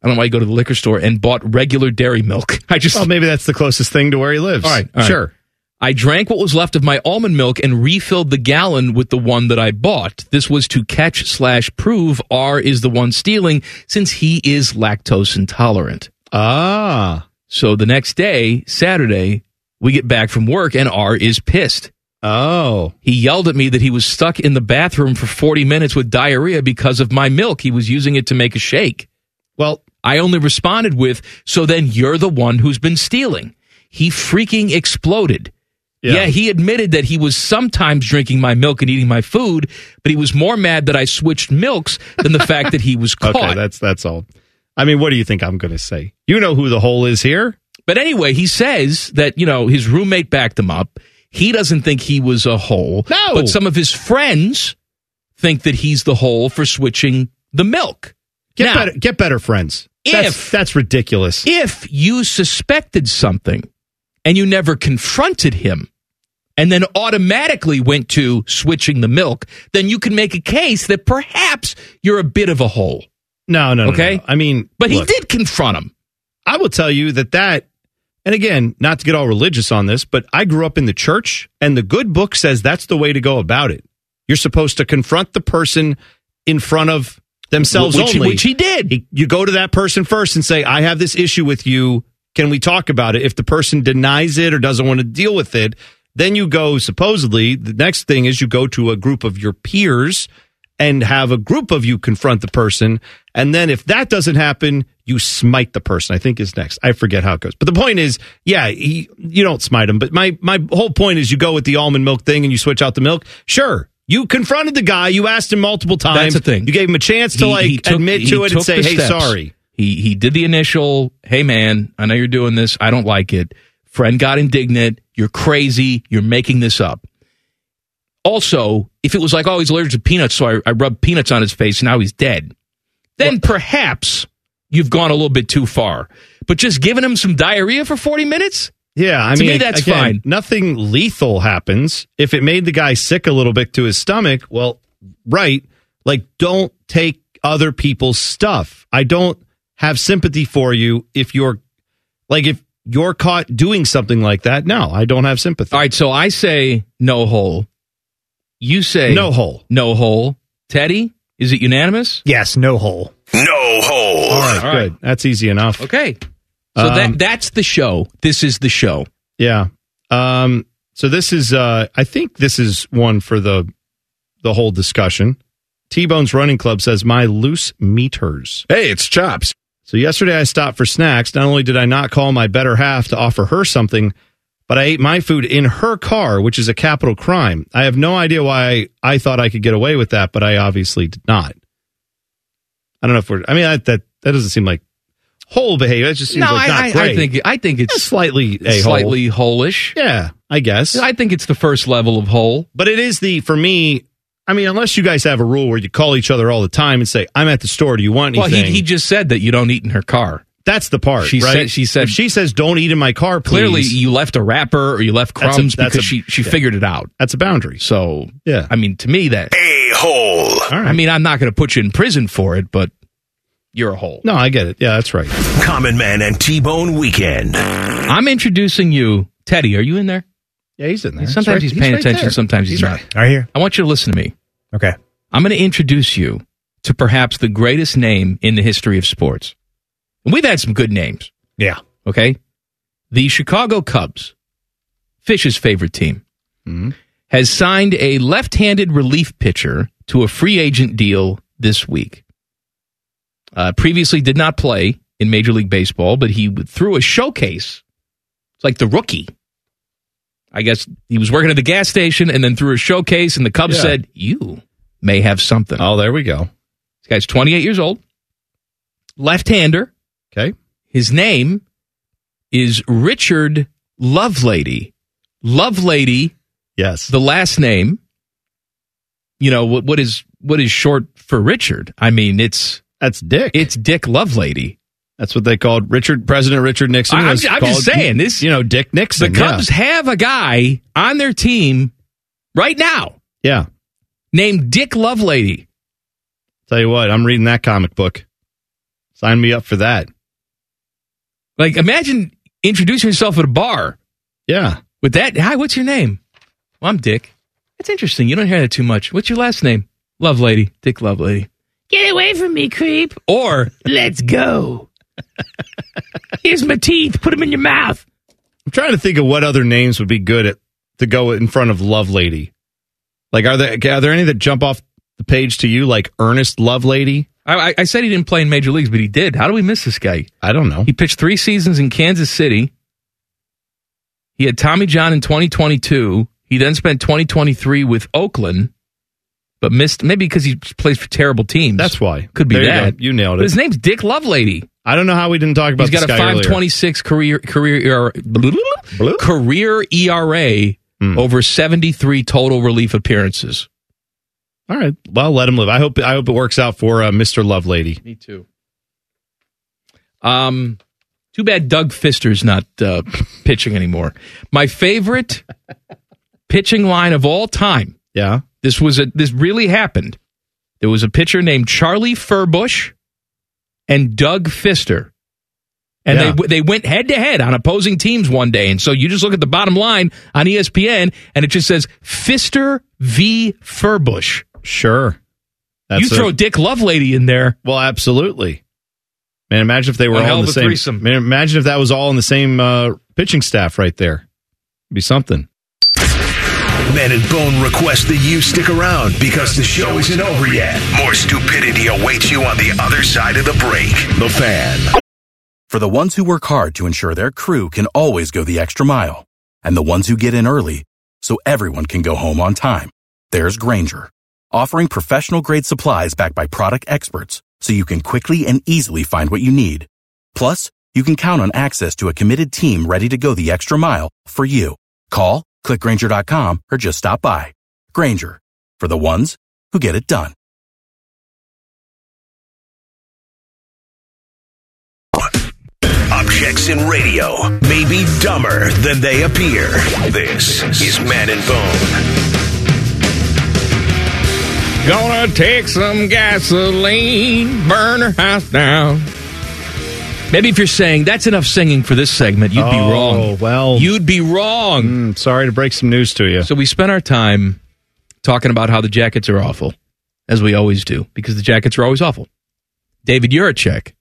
S3: I don't know why you go to the liquor store and bought regular dairy milk. I just
S2: well, maybe that's the closest thing to where he lives.
S3: All right, all right.
S2: sure.
S3: I drank what was left of my almond milk and refilled the gallon with the one that I bought. This was to catch slash prove R is the one stealing since he is lactose intolerant.
S2: Ah.
S3: So the next day, Saturday, we get back from work and R is pissed.
S2: Oh.
S3: He yelled at me that he was stuck in the bathroom for 40 minutes with diarrhea because of my milk. He was using it to make a shake.
S2: Well,
S3: I only responded with, so then you're the one who's been stealing. He freaking exploded. Yeah. he admitted that he was sometimes drinking my milk and eating my food, but he was more mad that I switched milks than the fact that he was caught.
S2: Okay, that's that's all. I mean, what do you think I'm going to say? You know who the hole is here.
S3: But anyway, he says that, you know, his roommate backed him up. He doesn't think he was a hole. No. But some of his friends think that he's the hole for switching the milk.
S2: Get better, get better friends. that's, that's ridiculous.
S3: If you suspected something and you never confronted him and then automatically went to switching the milk, then you can make a case that perhaps you're a bit of a hole.
S2: No, no, no,
S3: Okay.
S2: no. I mean,
S3: But he
S2: look.
S3: did confront him.
S2: I will tell you that that, and again, not to get all religious on this, but I grew up in the church, and the good book says that's the way to go about it. You're supposed to confront the person in front of themselves
S3: Which-
S2: only,
S3: which he did.
S2: you go to that person first and say, "I have this issue with you. Can we talk about it?" If the person denies it or doesn't want to deal with it, Then you go, supposedly, the next thing is you go to a group of your peers and have a group of you confront the person. And then if that doesn't happen, you smite the person, I think is next. I forget how it goes. But the point is, yeah, he, you don't smite him. But my, my whole point is you go with the almond milk thing and you switch out the milk. Sure. You confronted the guy. You asked him multiple times.
S3: That's the thing.
S2: You gave him a chance to
S3: He-
S2: like
S3: he took-
S2: admit
S3: he
S2: to it and
S3: took
S2: say,
S3: the
S2: "Hey,
S3: steps.
S2: sorry."
S3: He he did the initial, "Hey man, I know you're doing this. I don't like it." Friend got indignant. You're crazy. You're making this up. Also, if it was like, "Oh, he's allergic to peanuts, so I, I rubbed peanuts on his face, and now he's dead," then perhaps you've gone a little bit too far. But just giving him some diarrhea for forty minutes,
S2: Yeah, I
S3: To
S2: mean,
S3: me, that's
S2: again,
S3: fine.
S2: Nothing lethal happens. If it made the guy sick a little bit to his stomach, well, right. Like, don't take other people's stuff. I don't have sympathy for you if you're like if you're caught doing something like that. No, I don't have sympathy.
S3: All right, so I say no hole. You say
S2: No hole.
S3: No hole. Teddy, is it unanimous?
S6: Yes, no hole.
S1: No hole.
S2: All right, good. That's easy enough.
S3: Okay. So
S2: Um,
S3: that that's the show. This is the show.
S2: Yeah. Um, so this is, uh, I think this is one for the the whole discussion. T Bone's Running Club says my loose meters.
S12: Hey, it's Chops.
S2: So yesterday I stopped for snacks. Not only did I not call my better half to offer her something, but I ate my food in her car, which is a capital crime. I have no idea why I thought I could get away with that, but I obviously did not. I don't know if we're. I mean, that that, that doesn't seem like whole behavior. That just seems
S3: no,
S2: like not
S3: I, I,
S2: great.
S3: I think I think it's
S2: slightly a-hole.
S3: slightly holish.
S2: Yeah, I guess.
S3: I think it's the first level of hole.
S2: But it is the for me. I mean, unless you guys have a rule where you call each other all the time and say, "I'm at the store. Do you want
S3: Well,
S2: anything?"
S3: he, he just said that you don't eat in her car.
S2: That's the part.
S3: She
S2: right?
S3: said- she said-
S2: If she says, "Don't eat in my car." Please.
S3: Clearly, you left a wrapper or you left
S2: That's a-
S3: crumbs
S2: that's
S3: because
S2: a-
S3: she she
S2: yeah.
S3: figured it out.
S2: That's a boundary.
S3: So
S2: yeah,
S3: I mean, to me that
S1: a hole.
S3: I mean, I'm not going to put you in prison for it, but you're a hole.
S2: No, I get it. Yeah, that's right.
S1: Common Man and T Bone Weekend.
S3: I'm introducing you, Teddy. Are you in there?
S2: Yeah, he's in there.
S3: Sometimes he's paying attention. Sometimes he's, not.
S6: Right here.
S3: I want you to listen to me.
S6: Okay.
S3: I'm going to introduce you to perhaps the greatest name in the history of sports. And we've had some good names.
S6: Yeah.
S3: Okay. The Chicago Cubs, Fish's favorite team, has signed a left handed relief pitcher to a free agent deal this week. Uh, previously did not play in Major League Baseball, but he threw a showcase. It's like the rookie. I guess he was working at the gas station and then threw a showcase, and the Cubs
S2: Yeah.
S3: said, You may have something.
S2: Oh, there we go.
S3: This guy's 28 years old, left hander.
S2: Okay.
S3: His name is Richard Lovelady. Lovelady.
S2: Yes.
S3: The last name. You know what? What is what is short for Richard? I mean, it's
S2: that's Dick.
S3: It's Dick Lovelady.
S2: That's what they called Richard President Richard Nixon.
S3: I- I'm
S2: was
S3: ju- I'm just
S2: called,
S3: saying, this-
S2: You know, Dick
S3: The
S2: Nixon.
S3: Cubs have a guy on their team right now
S2: Yeah. yeah.
S3: named Dick Lovelady.
S2: Tell you what, I'm reading that comic book. Sign me up for that.
S3: Like, imagine introducing yourself at a bar.
S2: Yeah.
S3: With that, hi, what's your name? Well, I'm Dick. That's interesting. You don't hear that too much. What's your last name? Love Lady. Dick Love Lady.
S4: Get away from me, creep.
S3: Or
S4: Let's go. Here's my teeth. Put them in your mouth.
S2: I'm trying to think of what other names would be good at to go in front of Love Lady. Like, are there are there any that jump off the page to you? Like Ernest Love Lady.
S3: I, I- I said he didn't play in major leagues, but he did. How do we miss this guy?
S2: I don't know.
S3: He pitched three seasons in Kansas City. He had Tommy John in 2022. He then spent 2023 with Oakland, but missed maybe because he plays for terrible teams. That's
S2: why.
S3: Could be
S2: There you
S3: that.
S2: go. You nailed it.
S3: But his name's Dick Lovelady.
S2: I don't know how we didn't talk about.
S3: He's got
S2: this
S3: a
S2: guy earlier.
S3: 526 career career ERA, career ERA
S2: Hmm.
S3: over 73 total relief appearances.
S2: All right. Well, let him live. I hope I hope it works out for uh, Mr. Love Lady.
S3: Me too. Um, too bad Doug Fister's not uh, pitching anymore. My favorite pitching line of all time.
S2: Yeah,
S3: this was a this really happened. There was a pitcher named Charlie Furbush and Doug Fister, and
S2: Yeah.
S3: they they went head to head on opposing teams one day. And so you just look at the bottom line on E ESPN, and it just says Fister v Furbush.
S2: Sure,
S3: you throw Dick Lovelady in there.
S2: Well, absolutely. Man, imagine if they were
S3: One
S2: all
S3: hell
S2: in
S3: of a
S2: the same.
S3: threesome.
S2: Man, imagine if that was all in the same uh, pitching staff right there. It'd be something.
S1: Man and Bone request that you stick around because the show isn't over yet. More stupidity awaits you on the other side of the break. The Fan.
S13: For the ones who work hard to ensure their crew can always go the extra mile, and the ones who get in early so everyone can go home on time, there's Granger, offering professional grade supplies backed by product experts so you can quickly and easily find what you need. Plus, you can count on access to a committed team ready to go the extra mile for you. Call, clickgranger.com, or just stop by. Granger, for the ones who get it done.
S1: Objects in radio may be dumber than they appear. This is Man and Bone.
S12: Gonna take some gasoline, burn her house down.
S3: Maybe if you're saying that's enough singing for this segment, you'd be wrong.
S2: Oh, Well, Hmm,
S3: you'd be wrong.
S2: sorry to break some news to you.
S3: So we spent our time talking about how the jackets are awful, as we always do, because the jackets are always awful. David Yurachek,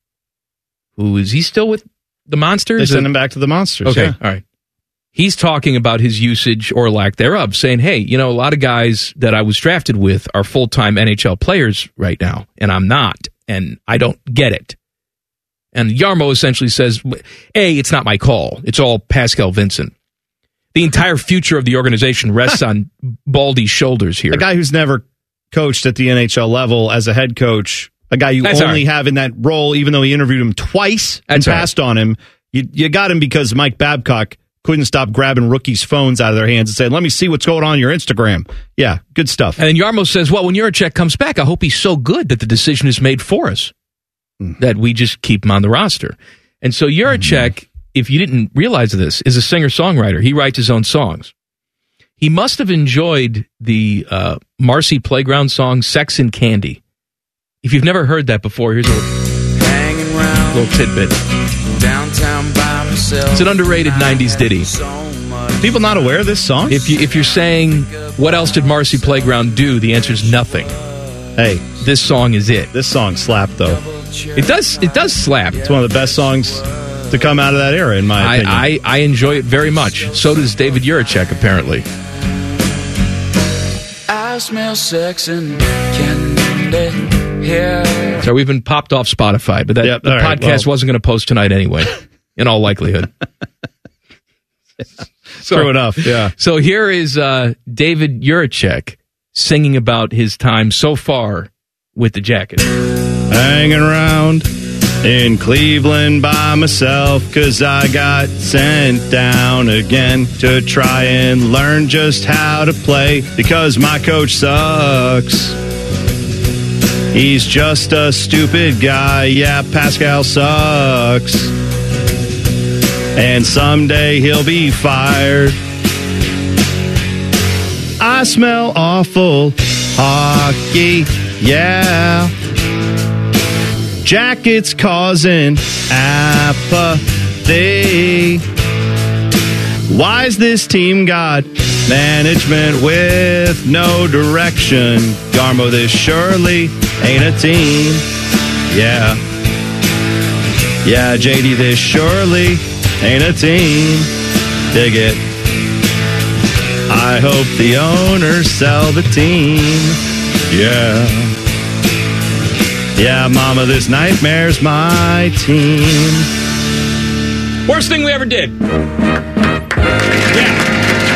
S3: who is he still with the Monsters?
S2: They send him back to the monsters.
S3: Okay,
S2: yeah.
S3: all right. He's talking about his usage or lack thereof, saying, "Hey, you know, a lot of guys that I was drafted with are full-time NHL players right now, and I'm not, and I don't get it." And Yarmo essentially says, "A, it's not my call. It's all Pascal Vincent. The entire future of the organization rests on Baldy's shoulders here."
S2: A guy who's never coached at the NHL level as a head coach, a guy you
S3: That's all
S2: only have in that role, even though he interviewed him twice and
S3: That's all right.
S2: passed on him. You, you got him because Mike Babcock couldn't stop grabbing rookies' phones out of their hands and saying, "Let me see what's going on on your Instagram." Yeah, good stuff.
S3: And then Yarmo says, "Well, when Juracek comes back, I hope he's so good that the decision is made for us,
S2: Mm-hmm.
S3: that we just keep him on the roster." And so Juracek, if you didn't realize this, is a singer-songwriter. He writes his own songs. He must have enjoyed the uh, Marcy Playground song "Sex and Candy." If you've never heard that before, here's a little, little tidbit.
S14: Downtown by myself.
S3: It's an underrated '90s ditty.
S2: People not aware of this song?
S3: If you if you're saying what else did Marcy Playground do, the answer is nothing.
S2: Hey,
S3: this song is it.
S2: This song slapped though.
S3: It does. It does slap.
S2: It's one of the best songs to come out of that era, in my opinion.
S3: I, I, I enjoy it very much. So does David Yurachek, apparently.
S14: I smell sex and candy here.
S3: So we've been popped off Spotify, but that
S14: Yep,
S3: the
S14: all right,
S3: podcast
S14: well-
S3: wasn't going to post tonight anyway, in all likelihood.
S2: True enough, yeah.
S3: So here is uh, David Yurachek singing about his time so far with the Jackets.
S2: Hanging around in Cleveland by myself because I got sent down again to try and learn just how to play because my coach sucks. He's just a stupid guy. Yeah, Pascal sucks. And someday he'll be fired. I smell awful hockey. Yeah. Jackets causing apathy. Why's this team got management with no direction? Garmo, this surely ain't a team. Yeah. Yeah, JD, this surely ain't a team. Dig it. I hope the owners sell the team. Yeah. Yeah, mama, this nightmare's my team.
S3: Worst thing we ever did.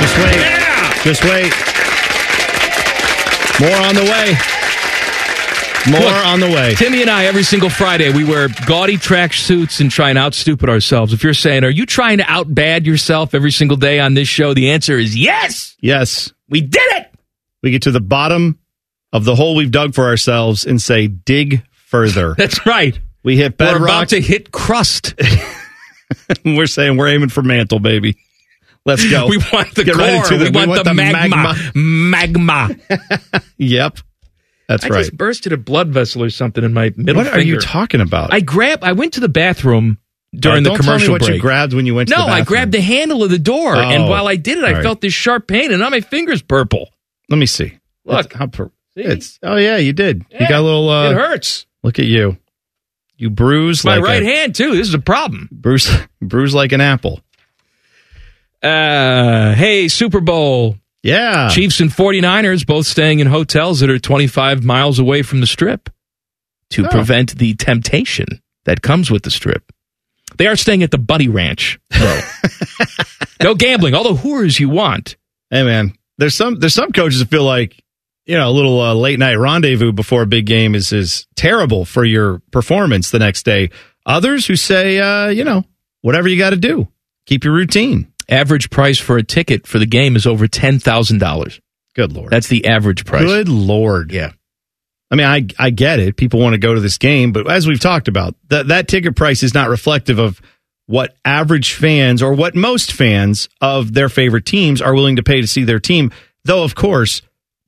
S2: Just wait. Just wait. More on the way. More on the way.
S3: Timmy and I, every single Friday, we wear gaudy track suits and try and out stupid ourselves. If you're saying, are you trying to out bad yourself every single day on this show? The answer is yes.
S2: Yes.
S3: We did it.
S2: We get to the bottom of the hole we've dug for ourselves and say, dig further.
S3: That's right.
S2: We hit
S3: We're
S2: bedrock.
S3: about to hit crust.
S2: We're saying we're aiming for mantle, baby. Let's go.
S3: We want the
S2: Get
S3: core.
S2: right into
S3: we,
S2: it.
S3: want the, magma. Magma.
S2: Yep. That's
S3: I
S2: right.
S3: just bursted a blood vessel or something in my middle
S2: What are you
S3: finger.
S2: talking about?
S3: I grabbed. I went to the bathroom
S2: Uh,
S3: during
S2: don't
S3: the
S2: tell me
S3: commercial
S2: what you
S3: break.
S2: grabbed when you went to
S3: no,
S2: the
S3: I
S2: bathroom.
S3: grabbed the handle of the door, and
S2: Oh.
S3: while I did it,
S2: All
S3: I
S2: right.
S3: felt this sharp pain, and now my fingers purple.
S2: Let me see.
S3: Look.
S2: It's- how per- it's- oh yeah, you did. you got a little. Uh,
S3: it hurts.
S2: Look at you. You bruise
S3: My
S2: like
S3: right
S2: a,
S3: hand too. This is a problem.
S2: Bruise, bruise like an apple.
S3: Uh, hey, Super Bowl
S2: Yeah.
S3: Chiefs and 49ers both staying in hotels that are 25 miles away from the strip
S2: Oh.
S3: to prevent the temptation that comes with the strip. They are staying at the Buddy Ranch, though. no gambling, all the whores you want.
S2: Hey man, there's some there's some coaches that feel like you know a little uh, late night rendezvous before a big game is is terrible for your performance the next day. Others who say uh, you know whatever you got to do, keep your routine.
S3: Average price for a ticket for the game is over $10,000.
S2: Good lord.
S3: That's the average price.
S2: Good lord.
S3: Yeah.
S2: I mean, I I get it. People want to go to this game, but as we've talked about, that that ticket price is not reflective of what average fans or what most fans of their favorite teams are willing to pay to see their team. Though, of course,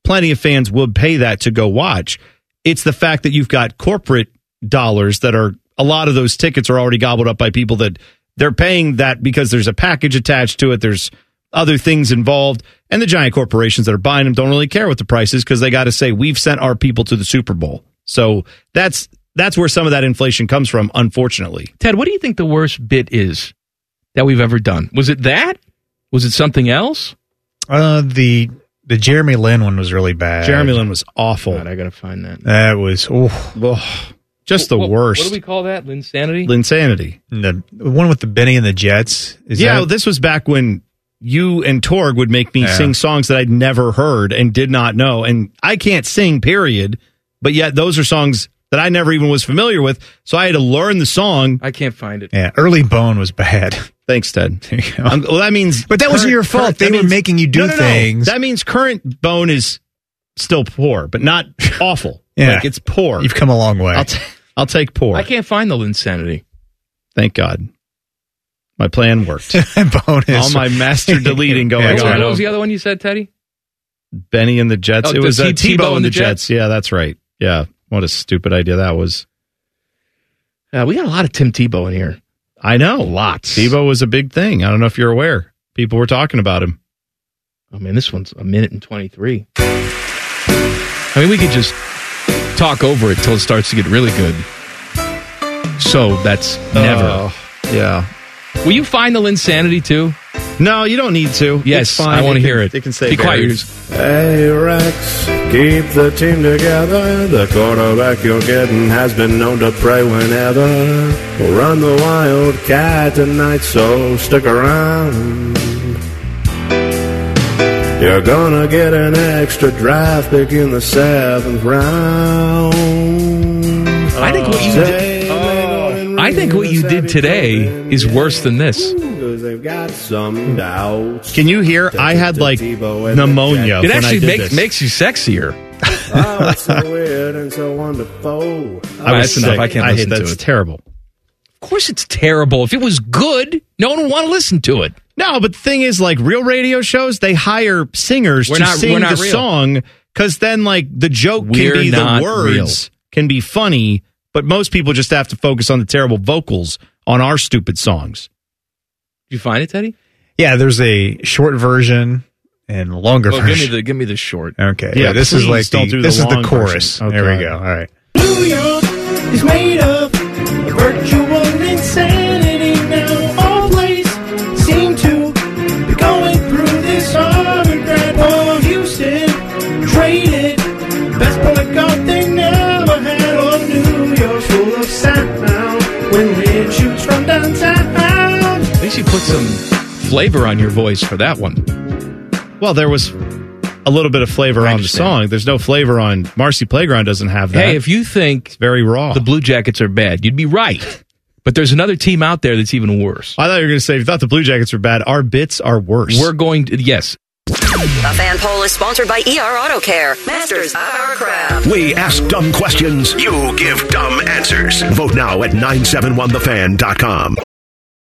S2: plenty of fans would pay that to go watch. It's the fact that you've got corporate dollars that are a lot of those tickets are already gobbled up by people that they're paying that because there's a package attached to it. There's other things involved. And the giant corporations that are buying them don't really care what the price is because they got to say we've sent our people to the Super Bowl. So that's that's where some of that inflation comes from, unfortunately.
S3: Ted, what do you think the worst bit is that we've ever done? Was it that? Was it something else?
S6: Uh, the the Jeremy Lin one was really bad.
S2: Jeremy Lin was awful.
S3: I gotta find that.
S6: That was oh,
S2: just the
S3: What-
S2: worst.
S3: What do we call that? Linsanity?
S2: Insanity.
S6: The one with the Benny and the Jets. Is
S2: yeah,
S6: that-
S2: well, this was back when you and Torg would make me
S6: Yeah.
S2: sing songs that I'd never heard and did not know, and I can't sing, period. But yet, those are songs that I never even was familiar with, so I had to learn the song.
S3: I can't find it.
S6: Yeah, early bone was bad.
S2: Thanks, Ted. Um, well, that means,
S6: But that wasn't your fault. They
S2: that
S6: were making you do
S2: No, no, no.
S6: things.
S2: That means current bone is still poor, but not awful.
S6: Yeah.
S2: like it's poor.
S6: You've come a long way.
S2: I'll, t- I'll take poor.
S3: I can't find the Linsanity.
S2: Thank God, my plan worked.
S6: Bonus.
S2: All my master deleting going
S3: What-
S2: on.
S3: what was the other one you said, Teddy?
S2: Benny and the Jets.
S3: Oh,
S2: it was
S3: the
S2: uh,
S3: T-
S2: Tebow and the Jets. Yeah, that's right. Yeah, what a stupid idea that was.
S3: Uh, we got a lot of Tim Tebow in here.
S2: I know lots. Tebow was a big thing. I don't know if you're aware. People were talking about him.
S3: I mean, this one's a minute and 23. I mean, we could just talk over it till it starts to get really good. So that's never.
S2: Oh, yeah.
S3: Will you find the Linsanity too?
S2: No, you don't need to.
S3: Yes,
S2: It's fine.
S3: I want to
S2: They
S3: hear
S2: can-
S3: it.
S2: They can say
S3: Be quiet.
S2: various-
S15: Hey, Rex, keep the team together. The quarterback you're getting has been known to pray whenever. We'll run the Wildcat tonight, so stick around. You're gonna get an extra draft pick in the seventh round.
S3: I think what you did. I think what you did today is worse than this.
S15: They've got some doubts.
S2: Can you hear? I had like pneumonia.
S3: It
S2: when I
S3: actually
S2: did
S3: makes
S2: this.
S3: makes you sexier.
S15: Oh, it's so weird and so wonderful.
S2: I was
S3: That's enough.
S2: sick.
S3: I can't
S2: I
S3: listen
S2: hate-
S3: to
S2: that's
S3: it.
S2: terrible.
S3: Of course, it's terrible. If it was good, no one would want to listen to it.
S2: No, but the thing is, like real radio shows, they hire singers
S3: We're
S2: to
S3: not-
S2: sing
S3: we're not
S2: the
S3: real.
S2: song because then, like, the joke
S3: We're
S2: can be the
S3: not
S2: words can be funny, but most people just have to focus on the terrible vocals on our stupid songs.
S3: Did you find it, Teddy?
S6: yeah, there's a short version and a longer
S3: Well, give me
S6: version.
S3: the give me the short.
S6: okay. Yeah, this is
S2: please
S6: like
S2: don't
S6: the,
S2: do the
S6: this is the
S2: long
S6: chorus.
S2: version. Oh,
S6: there
S2: God.
S6: we go. All right.
S4: New York is made up of virtual insanity now. All plays seem to be going through this armored grab. Oh, Houston traded the best point they never had. Oh, New York's full of sound when it shoots from downtown.
S3: At least you put some flavor on your voice for that one.
S2: Well, there was a little bit of flavor on the song. There's no flavor on Marcy Playground. Doesn't have that.
S3: Hey, if you think
S2: very raw.
S3: the Blue Jackets are bad, you'd be right. But there's another team out there that's even worse.
S2: I thought you were going to say if you thought the Blue Jackets were bad. Our bits are worse.
S3: We're going to yes.
S16: The fan poll is sponsored by ER Auto Care, masters of our craft.
S1: We ask dumb questions. You give dumb answers.
S13: Vote now at 971thefan.com.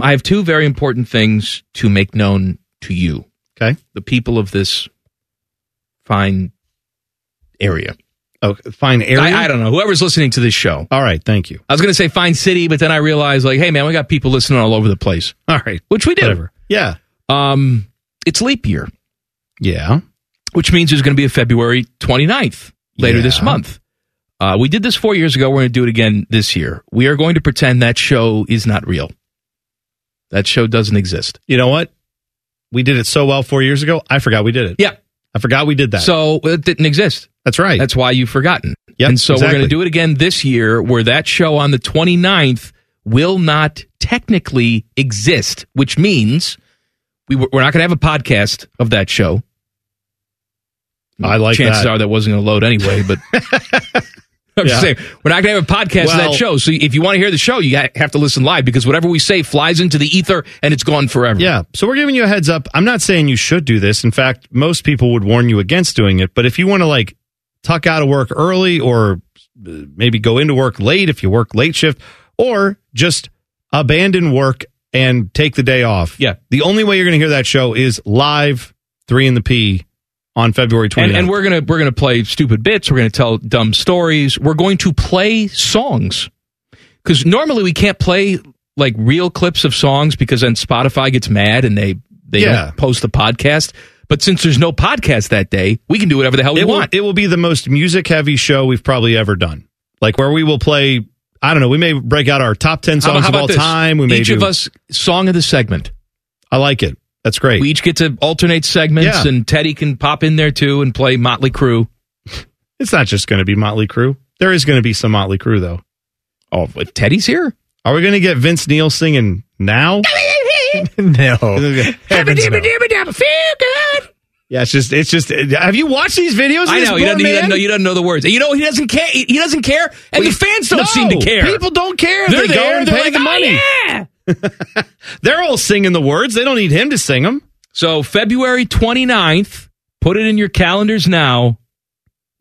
S3: I have two very important things to make known to you.
S2: Okay.
S3: The people of this fine area.
S2: Oh, fine area.
S3: I, I don't know. Whoever's listening to this show.
S2: All right, thank you.
S3: I was going to say fine city, but then I realized, like, hey man, we got people listening all over the place.
S2: All right,
S3: which we do.
S2: Whatever. Yeah.
S3: Um, it's leap year.
S2: Yeah.
S3: Which means there's going to be a February 29th later this month. Uh, we did this four years ago. We're going to do it again this year. We are going to pretend that show is not real. That show doesn't exist.
S2: You know what? We did it so well four years ago. I forgot we did it.
S3: Yeah.
S2: I forgot we did that.
S3: So it didn't exist.
S2: That's right.
S3: That's why you've forgotten.
S2: Yep,
S3: and so we're
S2: exactly.
S3: going to do it again this year where that show on the 29th will not technically exist, which means we, we're not going to have a podcast of that show.
S2: I like
S3: Chances
S2: that.
S3: are that wasn't going to load anyway, but I'm just
S2: Yeah.
S3: saying, we're not going to have a podcast of
S2: Well-
S3: that show. So if you want to hear the show, you ha- have to listen live because whatever we say flies into the ether and it's gone forever.
S2: Yeah. So we're giving you a heads up. I'm not saying you should do this. In fact, most people would warn you against doing it. But if you want to like tuck out of work early or uh, maybe go into work late if you work late shift or just abandon work and take the day off.
S3: Yeah.
S2: The only way you're going to hear that show is live 3 in the P on February 29th.
S3: And, and we're gonna we're gonna play stupid bits. We're gonna tell dumb stories. We're going to play songs because normally we can't play like real clips of songs because then Spotify gets mad and they they
S2: Yeah.
S3: don't post the podcast. But since there's no podcast that day, we can do whatever the hell we
S2: it will,
S3: want.
S2: It will be the most music heavy show we've probably ever done. Like where we will play I don't know, we may break out our top 10
S3: How about-
S2: songs
S3: how
S2: of
S3: about
S2: all
S3: this?
S2: time. We may
S3: Each of
S2: do-
S3: us song of the segment.
S2: I like it. That's great.
S3: We each get to alternate segments,
S2: Yeah.
S3: and Teddy can pop in there too and play Motley Crue.
S2: It's not just going to be Motley Crue. There is going to be some Motley Crue, though.
S3: Oh, but Teddy's here.
S2: Are we going to get Vince Neil singing now? no. Hey, Vince, no. Yeah, it's just, it's just. Have you watched these videos? of
S3: I
S2: this
S3: know he
S2: poor
S3: doesn't, he
S2: man?
S3: doesn't know. You don't know the words. You know he doesn't care. He he doesn't care, and
S2: We-
S3: the fans don't
S2: No,
S3: seem to care.
S2: People don't care.
S3: They're
S2: they go
S3: there,
S2: and
S3: they're
S2: pay
S3: like,
S2: the
S3: "Oh,
S2: money. they're all singing the words. They don't need him to sing them.
S3: So February 29th, put it in your calendars now.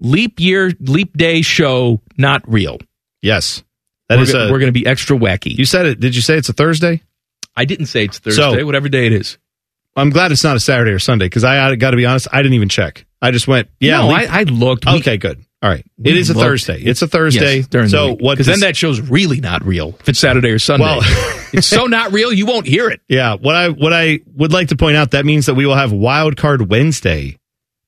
S3: Leap year, leap day show, not real.
S2: Yes, that
S3: we're
S2: is
S3: go-
S2: a-
S3: we're going to be extra wacky.
S2: You said it. Did you say it's a Thursday?
S3: I didn't say it's
S2: So-
S3: Thursday, whatever day it is.
S2: I'm glad it's not a Saturday or Sunday because I got to be honest. I didn't even check. I just went. Yeah,
S3: No,
S2: leap-
S3: I, I looked. We-
S2: Okay, good. All right.
S3: we
S2: it is a
S3: looked.
S2: Thursday. It's a Thursday.
S3: Yes, during
S2: so what?
S3: Because
S2: this-
S3: then that show's really not real. If it's Saturday or Sunday,
S2: Well-
S3: it's so not real you won't hear it.
S2: Yeah. What I what I would like to point out that means that we will have Wild Card Wednesday,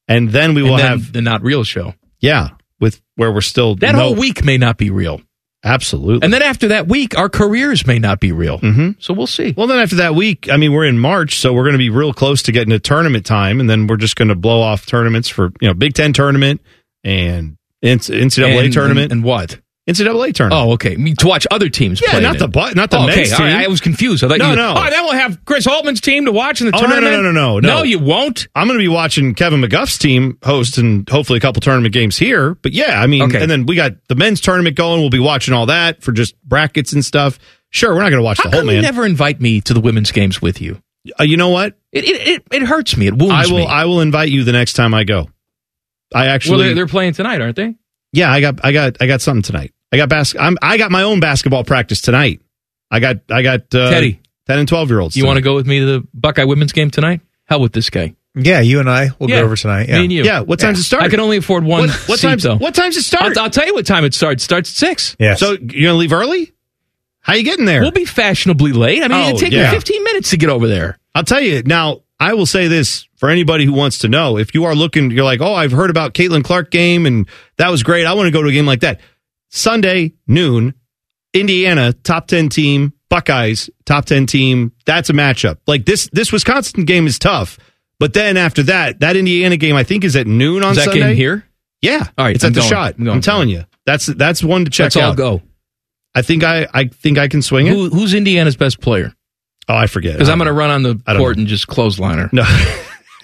S2: and then we will
S3: and then
S2: have
S3: the not real show.
S2: yeah with where we're still
S3: That
S2: no-
S3: whole week may not be real.
S2: absolutely.
S3: And then after that week, our careers may not be real. Mm-hmm. So we'll see.
S2: well, then after that week, I mean, we're in March, so we're going to be real close to getting to tournament time, and then we're just going to blow off tournaments for you know Big Ten tournament and NCAA
S3: And-
S2: tournament
S3: and, and what?
S2: NCAA tournament.
S3: Oh, okay. I mean, to watch other teams
S2: Yeah,
S3: play.
S2: not
S3: in
S2: the
S3: it.
S2: Bu- not the
S3: Oh, okay.
S2: men's
S3: all right.
S2: team.
S3: I was confused. I thought
S2: No,
S3: you
S2: no.
S3: Oh, then we'll have Chris Holtman's team to watch in the
S2: Oh, no, no,
S3: tournament.
S2: no, no, no,
S3: No,
S2: no.
S3: you won't.
S2: I'm going to be watching Kevin McGuff's team host and hopefully a couple tournament games here. But yeah, I mean,
S3: Okay.
S2: and then we got the men's tournament going. We'll be watching all that for just brackets and stuff. Sure, we're not going to watch
S3: How
S2: the whole
S3: come you
S2: man.
S3: never invite me to the women's games with you?
S2: Uh, you know what?
S3: It it, it, it hurts me. It wounds
S2: I will.
S3: me.
S2: I will invite you the next time I go. I
S3: well,
S2: actually.
S3: they're, they're playing tonight, aren't they?
S2: yeah, I got. I got. I got something tonight. I got bas- I'm, I got my own basketball practice tonight. I got. I got. Uh,
S3: Teddy.
S2: ten and twelve year olds.
S3: You want to go with me to the Buckeye women's game tonight? Hell with this guy.
S6: Yeah, you and I will
S3: Yeah.
S6: go over tonight. Yeah.
S3: Me and you.
S2: Yeah. What time's it start?
S3: I can only afford one.
S2: What, what
S3: seat,
S2: time's
S3: though.
S2: What time's it start?
S3: I'll, I'll tell you what time it starts. It starts at six.
S6: Yes.
S2: so you're gonna leave early? How you getting there?
S3: We'll be fashionably late. I mean,
S2: Oh,
S3: it'll take
S2: yeah.
S3: me fifteen minutes to get over there.
S2: I'll tell you now. I will say this for anybody who wants to know: if you are looking, you're like, "Oh, I've heard about Caitlin Clark game, and that was great. I want to go to a game like that." Sunday noon, Indiana top ten team, Buckeyes top ten team. That's a matchup. Like this, this Wisconsin game is tough, but then after that, that Indiana game I think is at noon on
S3: Is that
S2: Sunday.
S3: game here?
S2: Yeah,
S3: All right,
S2: it's
S3: I'm
S2: at the
S3: going.
S2: shot.
S3: I'm
S2: I'm,
S3: going.
S2: telling you, that's that's one to check
S3: Let's
S2: out.
S3: all go.
S2: I think I I think I can swing it.
S3: Who, who's Indiana's best player?
S2: Oh, I forget
S3: Because I'm going to run on the
S2: I don't
S3: court and just clothesline her.
S2: No.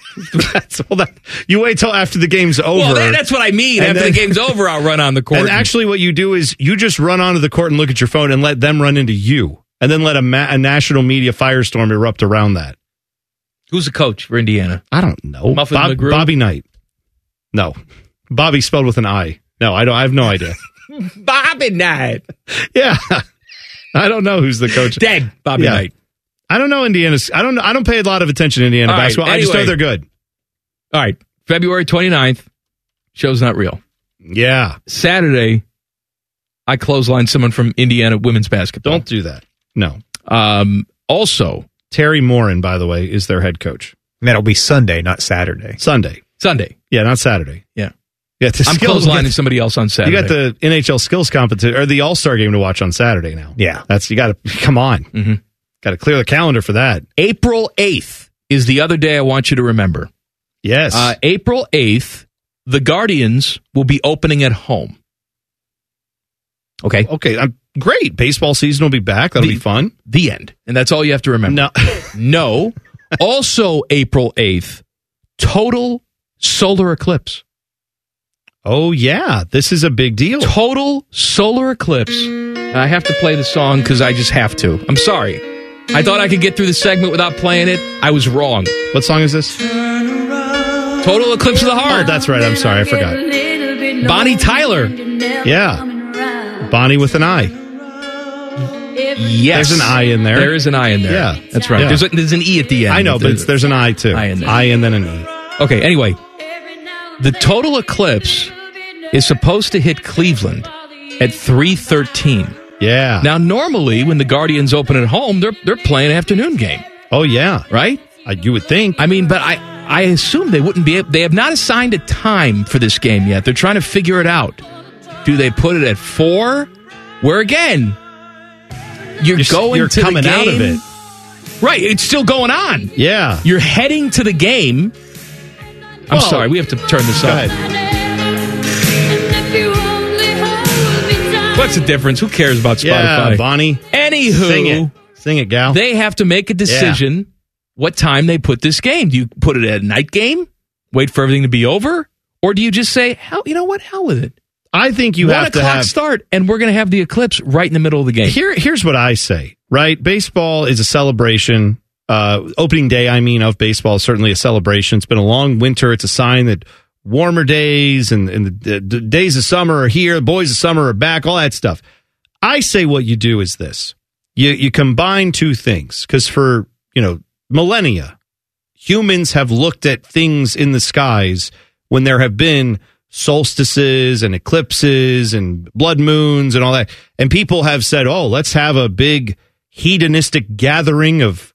S2: that's all that. You wait till after the game's over.
S3: Well, that, that's what I mean.
S2: And
S3: After
S2: then-
S3: the game's over, I'll run on the court.
S2: and actually, what you do is you just run onto the court and look at your phone and let them run into you, and then let a, ma- a national media firestorm erupt around that.
S3: who's the coach for Indiana?
S2: I don't know.
S3: Muffin McGrew?
S2: Bobby Knight. No, Bobby spelled with an I. No, I don't. I have no idea.
S3: Bobby Knight.
S2: yeah, I don't know who's the coach.
S3: Dead Bobby
S2: Yeah.
S3: Knight.
S2: I don't know Indiana's. I don't. know- I don't pay a lot of attention to Indiana
S3: All right,
S2: basketball. I just know
S3: anyway.
S2: they're good.
S3: All right. February 29th, show's not real.
S2: Yeah.
S3: Saturday, I clothesline someone from Indiana women's basketball. Don't
S2: do that. No.
S3: Um, also,
S2: Terry Morin, by the way, is their head coach.
S6: that'll be Sunday, not Saturday.
S2: Sunday.
S3: Sunday.
S2: Yeah, not Saturday.
S3: Yeah.
S2: Yeah, the
S3: I'm
S2: skills-
S3: clotheslining somebody else on Saturday.
S2: You got the NHL skills competition or the All Star game to watch on Saturday now. Yeah, that's you got to come on.
S3: Mm-hmm.
S2: Got to clear the calendar for that.
S3: April eighth is the other day I want you to remember.
S2: Yes.
S3: Uh, April 8th, the Guardians will be opening at home. Okay.
S2: Okay. I'm, great. Baseball season will be back. That'll be fun.
S3: The end. And that's all you have to remember.
S2: No.
S3: no. Also, April 8th, total solar eclipse.
S2: Oh, yeah. This is a big deal.
S3: Total solar eclipse. I have to play the song because I just have to. I'm sorry. I thought I could get through the segment without playing it. I was wrong.
S2: What song is this?
S3: Total Eclipse of the Heart.
S2: Oh, that's right. I'm sorry. I forgot.
S3: Bonnie Tyler.
S2: Yeah. Bonnie with an eye.
S3: Yes.
S2: There's an I in there.
S3: There is an I in there.
S2: Yeah.
S3: That's right.
S2: Yeah.
S3: There's, a, there's an E at the end.
S2: I know, but it's- there's an I too.
S3: I in there.
S2: I and then an E.
S3: Okay, anyway. The total eclipse is supposed to hit Cleveland at 313.
S2: Yeah.
S3: Now, normally when the Guardians open at home, they're they're playing afternoon game.
S2: Oh yeah.
S3: Right?
S2: you would think.
S3: I mean, but I I assume they wouldn't be able, they have not assigned a time for this game yet. They're trying to figure it out. Do they put it at 4? Where again? You're,
S2: You're s-
S3: going
S2: you're
S3: to the
S2: coming out of
S3: game-
S2: it.
S3: Right, it's still going on.
S2: Yeah.
S3: You're heading to the game. I'm
S2: Well-
S3: sorry, we have to turn this
S2: Go
S3: off. What's the difference? Who cares about Spotify?
S2: Yeah, Bonnie.
S3: Anywho,
S2: Sing it. Sing it, gal.
S3: They have to make a decision what time they put this game. Do you put it at a night game? Wait for everything to be over? Or do you just say, hell, you know what? Hell with it.
S2: I think you
S3: One
S2: have to
S3: o'clock
S2: have-
S3: start, and we're going to have the eclipse right in the middle of the game.
S2: Here, here's what I say. Right, baseball is a celebration. Uh, opening day, I mean, of baseball is certainly a celebration. It's been a long winter. It's a sign that warmer days and, and the, the days of summer are here. The boys of summer are back. All that stuff. I say what you do is this: you you combine two things because for you know millennia, humans have looked at things in the skies when there have been solstices and eclipses and blood moons and all that. And people have said, oh, let's have a big hedonistic gathering of,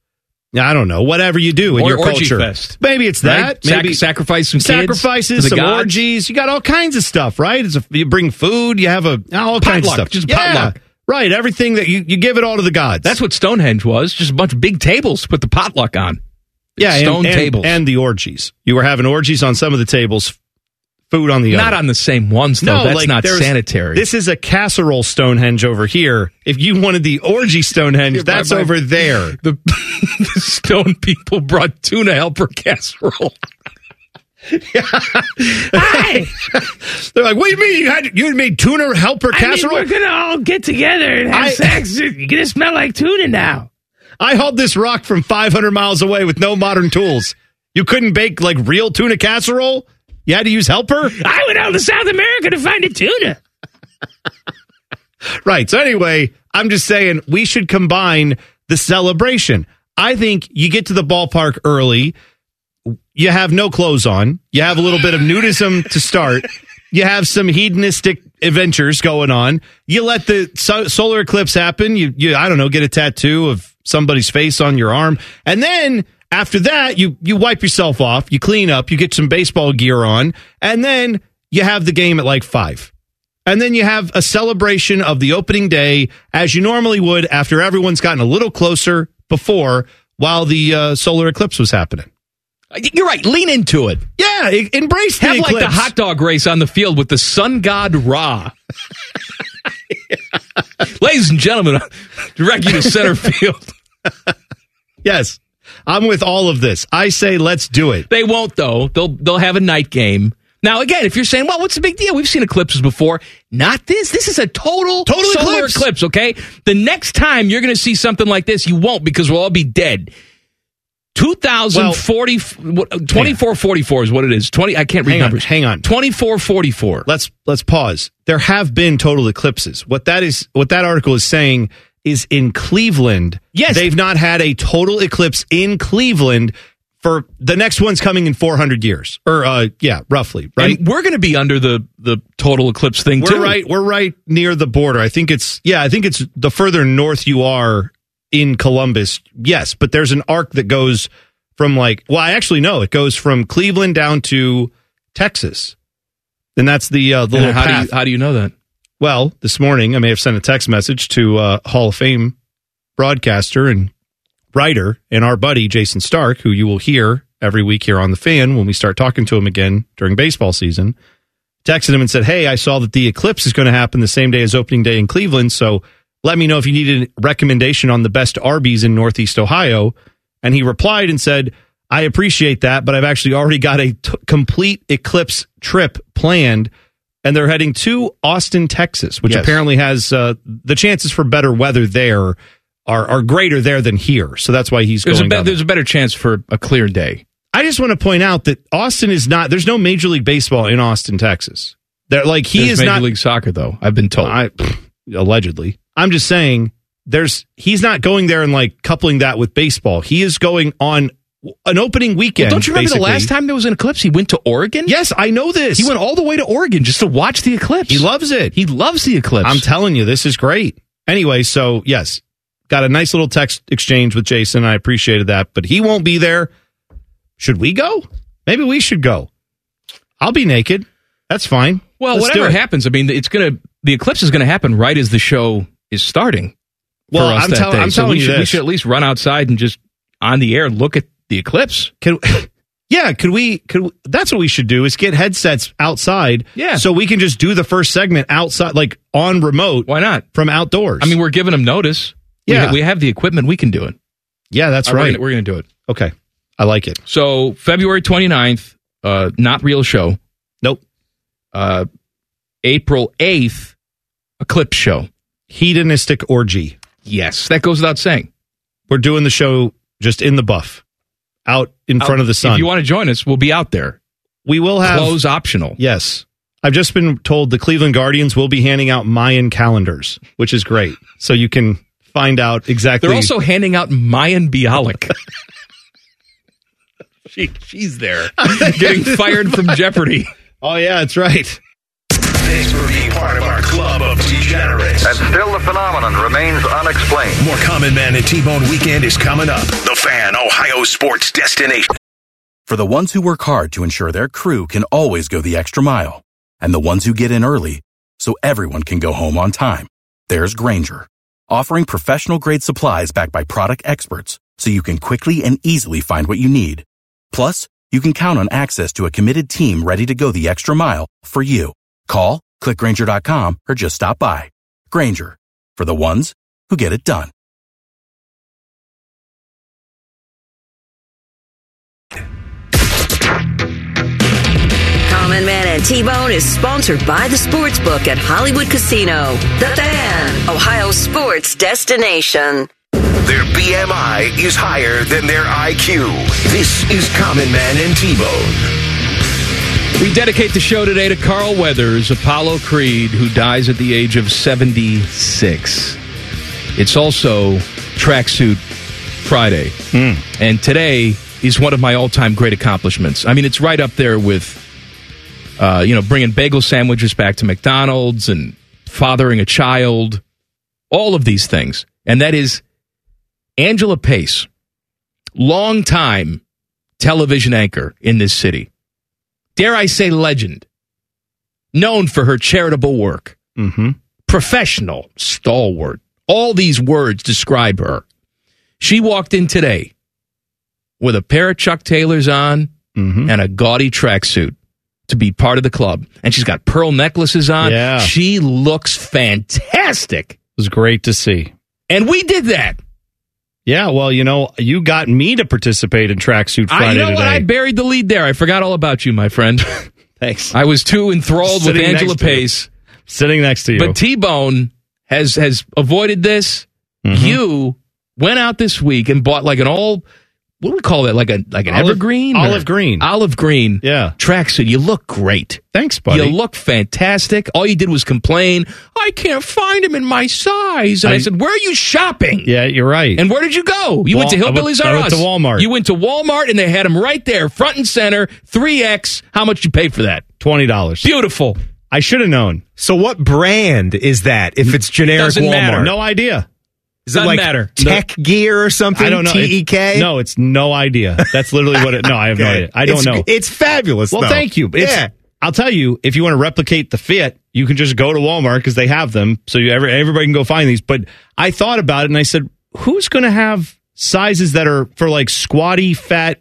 S2: I don't know, whatever you do in
S3: Or-
S2: your
S3: orgy
S2: culture.
S3: fest.
S2: Maybe it's
S3: Right?
S2: that. Maybe
S3: Sac- sacrifice some kids to
S2: sacrifices,
S3: the
S2: some
S3: gods.
S2: orgies. You got all kinds of stuff, right? It's a, you bring food, you have a all kinds of
S3: Potluck,
S2: stuff.
S3: just
S2: yeah.
S3: potluck.
S2: Right, everything that you, you give it all to the gods.
S3: That's what Stonehenge was just a bunch of big tables to put the potluck on.
S2: yeah, and-
S3: stone
S2: and-
S3: tables.
S2: and the orgies. You were having orgies on some of the tables, food on the other.
S3: not on the same ones, though. That's
S2: like,
S3: not
S2: there's-
S3: sanitary.
S2: This is a casserole Stonehenge over here. If you wanted the orgy Stonehenge, that's
S3: my- my-
S2: over there.
S3: The, the stone people brought tuna helper casserole.
S2: They're like, what do you mean? You had you made tuna helper casserole?
S10: we're gonna all get together and have
S2: I-
S10: sex. You're gonna smell like tuna now.
S2: I hauled this rock from 500 miles away with no modern tools. You couldn't bake like real tuna casserole. You had to use helper.
S10: I went out to South America to find a tuna.
S2: Right. So anyway, I'm just saying we should combine the celebration. I think you get to the ballpark early. You have no clothes on. You have a little bit of nudism to start. You have some hedonistic adventures going on. You let the so- solar eclipse happen. You, you, I don't know, get a tattoo of somebody's face on your arm, and then after that, you you wipe yourself off. You clean up. You get some baseball gear on, and then you have the game at like five. And then you have a celebration of the opening day as you normally would after everyone's gotten a little closer before while the uh, solar eclipse was happening.
S3: You're right. Lean into it.
S2: Yeah, e- embrace the
S3: Have like the
S2: eclipse.
S3: hot dog race on the field with the sun god Ra. Ladies and gentlemen, I direct you to center field.
S2: yes. I'm with all of this. I say let's do it.
S3: They won't though. They'll they'll have a night game. Now again, if you're saying, "Well, what's the big deal? We've seen eclipses before." Not this. This is a total,
S2: Total
S3: solar
S2: eclipse.
S3: eclipse, okay? The next time you're going to see something like this, you won't because we'll all be dead. 2040 what, 2444 is what it is. 20 I can't read
S2: Hang on,
S3: numbers.
S2: hang on.
S3: 2444.
S2: Let's let's pause. There have been total eclipses. What that is what that article is saying is in Cleveland.
S3: Yes.
S2: They've not had a total eclipse in Cleveland for the next one's coming in 400 years or uh yeah roughly right
S3: we're going to be under the the total eclipse thing
S2: we're
S3: too
S2: right we're right near the border i think it's yeah i think it's the further north you are in columbus yes but there's an arc that goes from like well i actually know it goes from cleveland down to texas and that's the uh the
S3: And
S2: little
S3: how do you-
S2: how do you know that well this morning i may have sent a text message to uh hall of fame broadcaster and writer and our buddy Jason Stark, who you will hear every week here on the fan when we start talking to him again during baseball season, texted him and said, Hey, I saw that the eclipse is going to happen the same day as opening day in Cleveland. So let me know if you need a recommendation on the best Arby's in Northeast Ohio. And he replied and said, I appreciate that, but I've actually already got a t- complete eclipse trip planned. And they're heading to Austin, Texas, which apparently has uh, the chances for better weather there are, are greater there than here. So that's why he's
S3: there's a,
S2: going
S3: be-
S2: down
S3: there's a better chance for a clear day
S2: I just want to point out that Austin is not. There's no Major League Baseball in Austin, Texas. They're like he
S3: There's
S2: is
S3: Major
S2: not
S3: League Soccer, though. I've been told.
S2: I, pff, allegedly, I'm just saying. There's he's not going there and like coupling that with baseball. He is going on an opening weekend.
S3: Well, don't you remember the
S2: basically.
S3: last time there was an eclipse? He went to Oregon.
S2: Yes, I know this.
S3: He went all the way to Oregon just to watch the eclipse. He
S2: loves it.
S3: He loves the eclipse.
S2: I'm telling you, this is great. Anyway, so yes, got a nice little text exchange with Jason. I appreciated that, but he won't be there. Should we go? Maybe we should go. I'll be naked. That's fine.
S3: Well,
S2: Let's do
S3: whatever
S2: it.
S3: happens, I mean, it's gonna the eclipse is gonna happen right as the show is starting. for
S2: Well,
S3: us
S2: I'm
S3: that
S2: tell-
S3: day.
S2: I'm
S3: So
S2: telling
S3: we
S2: you
S3: should, we
S2: this.
S3: should at least run outside and just on the air look at the eclipse.
S2: Can Yeah, could we? Could we, that's what we should do is get headsets outside. Yeah, so we can just do the first segment outside, like on remote. Why not from outdoors?
S3: I mean, we're giving them notice. We
S2: Yeah.
S3: ha- we, have the equipment. We can do it.
S2: Yeah, that's
S3: All
S2: right.
S3: We're going to do it.
S2: okay, I like it.
S3: So February 29th, uh, not real show.
S2: Nope.
S3: Uh, April 8th, Eclipse show.
S2: Hedonistic orgy.
S3: Yes, that goes without saying.
S2: We're doing the show just in the buff, out in front of the sun.
S3: If you want to join us, we'll be out there.
S2: We will have
S3: clothes optional.
S2: Yes. I've just been told the Cleveland Guardians will be handing out Mayan calendars, which is great. So you can find out exactly.
S3: They're also handing out Mayan Bialik. she, she's there getting fired from Jeopardy.
S2: Oh yeah, that's right.
S1: Thanks for being part of our club of degenerates.
S17: And still the phenomenon remains unexplained.
S1: More Common Man and T-Bone Weekend is coming up. The Fan, Ohio sports destination.
S13: For the ones who work hard to ensure their crew can always go the extra mile, and the ones who get in early so everyone can go home on time, there's Granger, offering professional grade supplies backed by product experts so you can quickly and easily find what you need. Plus, you can count on access to a committed team ready to go the extra mile for you. Call, click clickgranger.com, or just stop by. Granger, for the ones who get it done.
S16: Common Man and T-Bone is sponsored by the Sportsbook at Hollywood Casino. The Fan, Ohio's sports destination.
S1: Their BMI is higher than their IQ. This is Common Man and T-Bone.
S3: We dedicate the show today to Carl Weathers, Apollo Creed, who dies at the age of 76. It's also Tracksuit Friday. And today is one of my all time great accomplishments. I mean, it's right up there with, uh, you know, bringing bagel sandwiches back to McDonald's and fathering a child, all of these things. And that is Angela Pace, longtime television anchor in this city dare I say, legend, known for her charitable work, mm-hmm. professional, stalwart. All these words describe her. She walked in today with a pair of Chuck Taylors on
S2: Mm-hmm.
S3: and a gaudy tracksuit to be part of the club. And she's got pearl necklaces on.
S2: Yeah.
S3: She looks fantastic.
S2: It was great to see.
S3: And we did that.
S2: Yeah, well, you know, you got me to participate in Tracksuit Friday
S3: I, you know
S2: today.
S3: what? I buried the lead there. I forgot all about you, my friend.
S2: Thanks.
S3: I was too enthralled
S2: Sitting
S3: with
S2: next
S3: Angela
S2: to you.
S3: Pace.
S2: Sitting next to you.
S3: But T Bone has
S2: Mm-hmm.
S3: has avoided this. You went out this week and bought like an all what do we call that? Like a like an
S2: Olive-
S3: evergreen,
S2: olive
S3: green, olive green. Yeah, tracksuit. You look great.
S2: Thanks, buddy.
S3: You look fantastic. All you did was complain. I can't find him in my size. And I,
S2: I-
S3: said, "Where are you shopping?"
S2: Yeah, you're right.
S3: And where did you go? You went to
S2: Wal- I went-
S3: Hillbillies R
S2: I went
S3: Us.
S2: to Walmart.
S3: You went to Walmart, and they had him right there, front and center, three X. How much you pay for that?
S2: Twenty dollars.
S3: Beautiful.
S2: I should have known.
S9: So what brand is that? If it's generic
S2: Doesn't
S9: Walmart,
S2: matter. No idea.
S9: Is it like tech gear or something? E
S2: I don't know. It-
S9: T-E-K?
S2: no, it's no idea. That's literally what it. No, I have no
S9: Okay.
S2: idea. I don't
S9: It's-
S2: know.
S9: it's fabulous,
S2: Well,
S9: though.
S2: thank you. It's-
S9: Yeah.
S2: I'll tell you. If you want to replicate the Fiat, you can just go to Walmart because they have them. So you every, everybody can go find these. But I thought about it and I said, who's going to have sizes that are for like squatty, fat,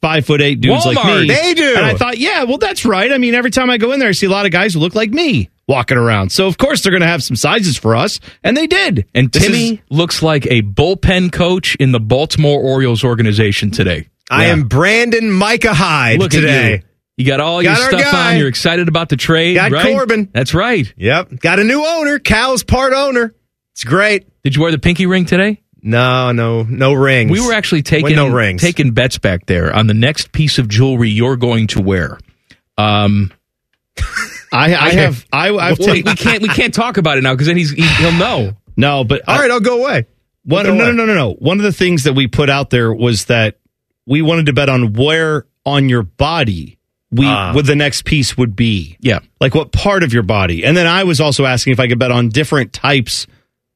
S2: five foot eight dudes like
S4: Walmart.
S2: me?
S4: They do.
S2: And I thought, yeah, well, that's right. I mean, every time I go in there, I see a lot of guys who look like me walking around. So of course they're going to have some sizes for us, and they did.
S3: And
S2: This
S3: Timmy
S2: is-
S3: looks like a bullpen coach in the Baltimore Orioles organization today.
S9: I am Brandon Micah Hyde
S3: Look
S9: today.
S3: At you. you got all
S9: Got
S3: your
S9: our
S3: stuff
S9: guy.
S3: on. You're excited about the trade.
S9: Got
S3: right?
S9: Corbin.
S3: That's right.
S9: Yep. Got a new owner. Cal's part owner. It's great.
S3: Did you wear the pinky ring today?
S9: No, no, no rings.
S3: We were actually taking
S9: When no rings.
S3: taking bets back there on the next piece of jewelry you're going to wear. Um,
S2: I, I have- I- I've
S3: Well, we,
S2: taken-
S3: we can't we can't talk about it now because then he's he, he'll know.
S2: No, but
S9: all right, I'll go away.
S2: One, no, no, no, no, no. One of the things that we put out there was that we wanted to bet on where on your body we
S9: Ah.
S2: what the next piece would be.
S3: Yeah,
S2: like what part of your body. And then I was also asking if I could bet on different types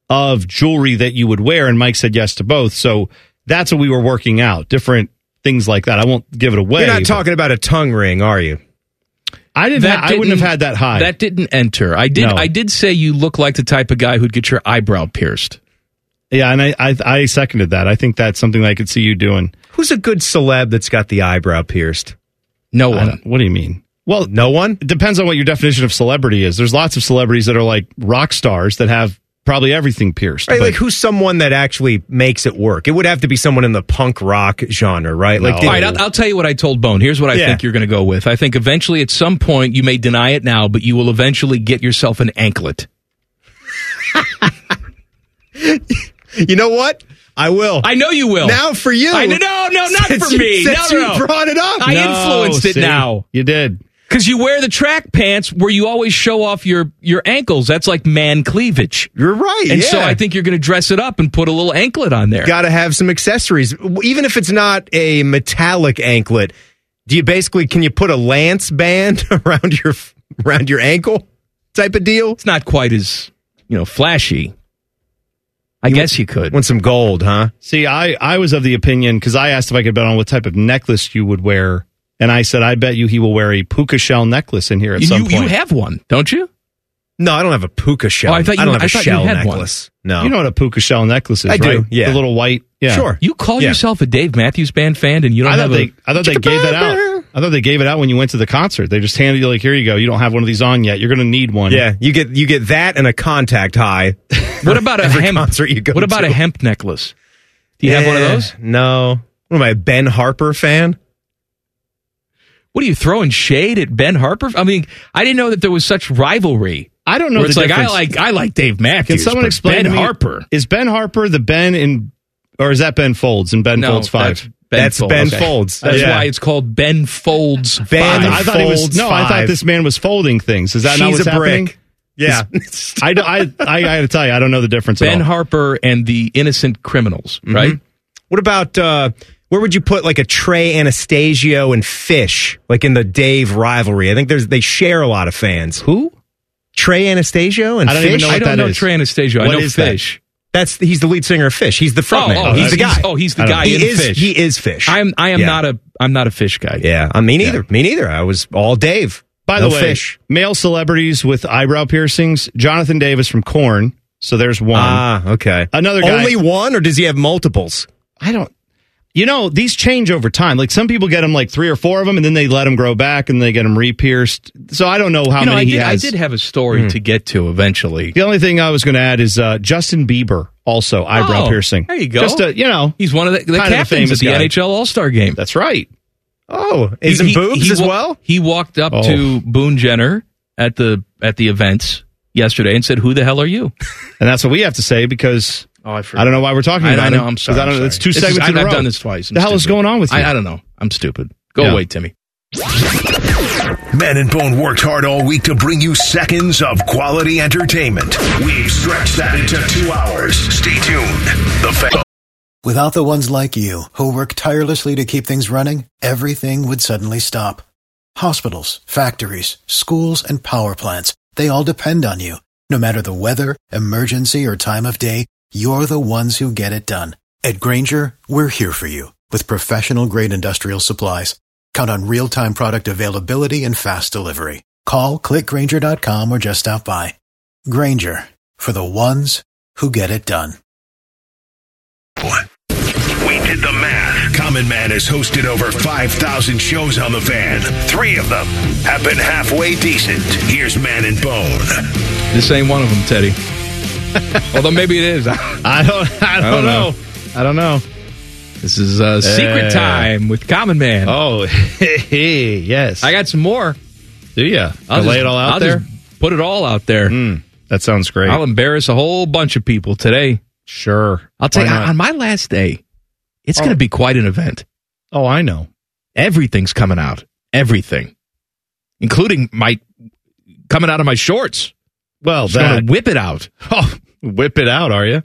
S2: of jewelry that you would wear, and Mike said yes to both. So that's what we were working out, different things like that. I won't give it away.
S9: You're not
S2: but-
S9: talking about a tongue ring, are you?
S2: I didn't.
S3: That
S2: ha- I wouldn't
S3: didn't-
S2: have had that high.
S3: That didn't enter. I did
S2: No.
S3: I did say you look like the type of guy who'd get your eyebrow pierced.
S2: yeah, and I, I I seconded that. I think that's something that I could see you doing.
S9: Who's a good celeb that's got the eyebrow pierced?
S3: No
S2: one. What do you mean? Well,
S9: no one.
S2: It depends on what your definition of celebrity is. There's lots of celebrities that are like rock stars that have probably everything pierced.
S9: Right,
S2: but-
S9: like who's someone that actually makes it work? It would have to be someone in the punk rock genre, right? Like,
S3: All right, I'll, I'll tell you what I told Bone. Here's what I
S9: Yeah.
S3: think you're going to go with. I think eventually, at some point, you may deny it now, but you will eventually get yourself an anklet.
S9: you know what? I will.
S3: I know you will.
S9: Now for you.
S3: I, no, no, no, not
S9: Since
S3: for
S9: you-
S3: me.
S9: since
S3: no,
S9: you
S3: no, no.
S9: brought it up.
S3: I
S9: No,
S3: influenced it
S9: see?
S3: now.
S2: You did.
S3: Because you wear the track pants where you always show off your, your ankles. That's like man cleavage.
S9: You're right.
S3: And so
S9: yeah.
S3: I think you're going to dress it up and put a little anklet on there.
S9: Got to have some accessories, W- even if it's not a metallic anklet. Do you basically can you put a lance band around your around your ankle type of deal? It's
S3: not quite as you know flashy. I guess you could.
S9: Want some gold, huh?
S2: See, I, I was of the opinion because I asked if I could bet on what type of necklace you would wear, and I said I bet you he will wear a puka shell necklace in here at
S3: You-
S2: some
S3: you,
S2: point.
S3: you have one, don't you?
S9: No, I don't have a puka shell.
S3: Oh, I thought you-
S9: don't have a
S3: I thought you
S9: shell
S3: had one.
S9: necklace. No,
S2: you know what a puka shell necklace is,
S9: I do,
S2: right?
S9: yeah.
S2: the little white. Yeah,
S3: You call
S2: Yeah.
S3: yourself a Dave Matthews Band fan, and you don't
S2: I
S3: have
S2: thought they,
S3: a.
S2: I thought they gave that out. I thought they gave it out when you went to the concert. They just handed you like, here you go. You don't have one of these on yet. You're going to need one.
S9: Yeah, you get you get that and a contact high.
S3: What about a
S9: every
S3: hemp?
S9: concert you go
S3: what about
S9: to.
S3: a hemp necklace? Do you have one of
S9: Yeah,
S3: those?
S9: No. What am I, a Ben Harper fan?
S3: What are you throwing shade at Ben Harper? I mean, I didn't know that there was such rivalry.
S2: I don't know.
S3: Where it's
S2: the
S3: like
S2: difference.
S3: I like I like Dave Matthews.
S2: Can someone
S3: but
S2: explain
S3: Ben
S2: to me,
S3: Harper?
S2: Is Ben Harper the Ben in, or is that Ben Folds and Ben
S3: No,
S2: Folds
S3: that's
S2: Five?
S3: Ben Folds. Okay. That's
S2: Yeah.
S3: why it's called Ben Folds.
S2: I
S3: Five.
S2: thought, I thought he was. No, I thought this man was folding things. Is that not
S3: She's
S2: what's
S3: a brick.
S2: happening?
S9: Yeah.
S2: I, do- I, I, I got to tell you, I don't know the difference.
S3: Ben
S2: at all.
S3: Harper and the Innocent Criminals,
S2: Mm-hmm.
S3: right?
S9: What about uh where would you put like a Trey Anastasio and Fish, like in the Dave rivalry? I think there's they share a lot of fans.
S3: Who?
S9: Trey Anastasio and
S3: I don't
S9: Fish.
S3: even know what I don't that know is. Trey Anastasio. I know Fish.
S9: That? That's he's the lead singer of Fish. He's the frontman.
S3: Oh, oh,
S9: he's
S3: he's-
S9: the guy.
S3: he's- oh, he's the I don't guy
S9: He
S3: in
S9: is,
S3: Fish.
S9: He is Fish.
S3: I'm I am
S9: Yeah.
S3: not a I'm not a fish guy.
S9: Yeah, I mean neither. Me neither. I was all Dave.
S2: By
S9: No
S2: the way,
S9: Fish.
S2: male celebrities with eyebrow piercings. Jonathan Davis from Corn. So there's one.
S9: Ah, okay.
S2: Another guy.
S9: Only one, or does he have multiples?
S2: I don't. You know, these change over time. Like some people get them like three or four of them, and then they let them grow back, and they get them re-pierced. So I don't know how
S3: you know,
S2: many
S3: I
S2: he
S3: did, I
S2: has.
S3: did have a story
S2: Mm.
S3: to get to eventually.
S2: The only thing I was going to add is uh, Justin Bieber also eyebrow
S3: Oh,
S2: piercing.
S3: There you go.
S2: Just a, you know,
S3: he's one of the, the
S2: kind of the
S3: captains
S2: famous
S3: at the
S2: guy.
S3: NHL All Star game.
S2: That's right.
S9: Oh,
S3: He-
S9: is it
S3: he-
S9: boobs
S3: he
S9: as
S3: wa-
S9: well?
S3: He walked up
S9: Oh.
S3: to Boone Jenner at the at the events yesterday and said, "Who the hell are you?"
S2: and that's what we have to say because
S3: Oh, I
S2: I don't know why we're talking
S3: I-
S2: about
S3: I
S2: it.
S3: know. I'm sorry.
S2: 'Cause I
S3: I'm
S2: don't know.
S3: sorry.
S2: It's two
S3: This is-
S2: segments
S3: I've,
S2: in a
S3: I've
S2: row.
S3: done this twice. I'm
S2: The hell is
S3: stupid.
S2: going on with you?
S3: I, I don't know. I'm stupid. Go
S2: Yeah.
S3: away, Timmy.
S1: Man and Bone worked hard all week to bring you seconds of quality entertainment. We've stretched that into two hours. Stay tuned. The fa-
S8: Without the ones like you, who work tirelessly to keep things running, everything would suddenly stop. Hospitals, factories, schools, and power plants, they all depend on you. No matter the weather, emergency, or time of day, you're the ones who get it done. At Granger, we're here for you with professional grade industrial supplies. Count on real time product availability and fast delivery. Call clickgranger.com or just stop by. Granger for the ones who get it done.
S1: we did the math. Common Man has hosted over 5,000 shows on the fan. Three of them have been halfway decent. Here's Man and Bone.
S3: This ain't one of them, Teddy. Although maybe it is. I don't.
S2: I don't, know. I don't know.
S3: This is uh,
S2: Eh.
S3: secret time with Common Man.
S2: Oh, hey, yes. I
S3: got some more.
S2: Do you? I'll lay it all out there. Hmm.
S3: put it all out there.
S2: that sounds great.
S3: I'll embarrass a whole bunch of people today.
S2: Sure.
S3: I'll tell
S2: Why
S3: you,
S2: not?
S3: on my last day, it's going to be quite an event.
S2: Oh, I know.
S3: Everything's coming out. Everything, including my coming out of my shorts.
S2: Well,
S3: Just gonna
S2: that-
S3: whip it out.
S2: Oh, whip it out, are you?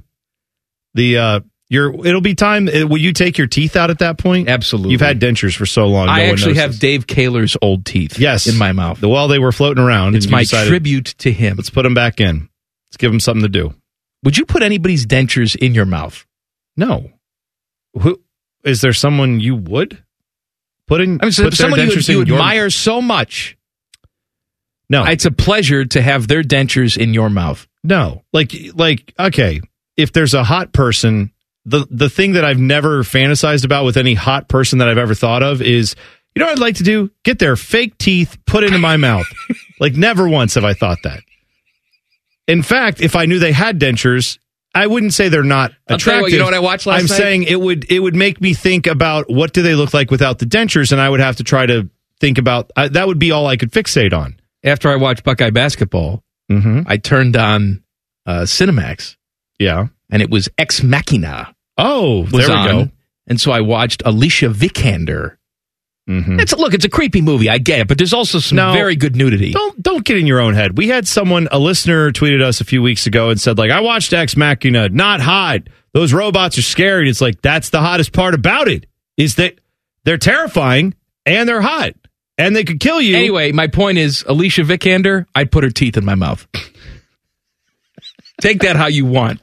S2: The uh your it'll be time uh, will you take your teeth out at that point?
S3: Absolutely.
S2: You've had dentures for so long.
S3: I
S2: no one
S3: actually
S2: knows
S3: have
S2: this.
S3: Dave Kaler's old teeth.
S2: Yes.
S3: in my mouth.
S2: The while they were floating around.
S3: It's
S2: and you
S3: my
S2: decided,
S3: tribute to him.
S2: Let's put them back in. Let's give them something to do.
S3: Would you put anybody's dentures in your mouth?
S2: No. Who is there someone you would put in
S3: I mean, so
S2: put their
S3: someone you,
S2: dentures
S3: you
S2: in your-
S3: admire so much.
S2: No,
S3: it's a pleasure to have their dentures in your mouth.
S2: No, like like okay, if there's a hot person, the the thing that I've never fantasized about with any hot person that I've ever thought of is, you know, what I'd like to do get their fake teeth put into my mouth. like never once have I thought that. In fact, if I knew they had dentures, I wouldn't say they're not
S3: I'll tell you
S2: attractive.
S3: what, you know what I watched last
S2: I'm
S3: night?
S2: saying it would it would make me think about what do they look like without the dentures, and I would have to try to think about I, that. Would be all I could fixate on.
S3: After I watched Buckeye basketball,
S2: Mm-hmm.
S3: I turned on uh, Cinemax.
S2: Yeah,
S3: and it was Ex Machina.
S2: Oh,
S3: was
S2: there we
S3: on,
S2: go.
S3: And so I watched Alicia Vikander.
S2: Mm-hmm.
S3: It's look, it's a creepy movie. I get it, but there's also some
S2: No.
S3: very good nudity.
S2: Don't don't get in your own head. We had someone, a listener, tweeted us a few weeks ago and said, like, I watched Ex Machina, not hot. Those robots are scary. It's like that's the hottest part about it is that they're terrifying and they're hot and they could kill you.
S3: Anyway, my point is Alicia Vikander. I'd put her teeth in my mouth. Take that how you want.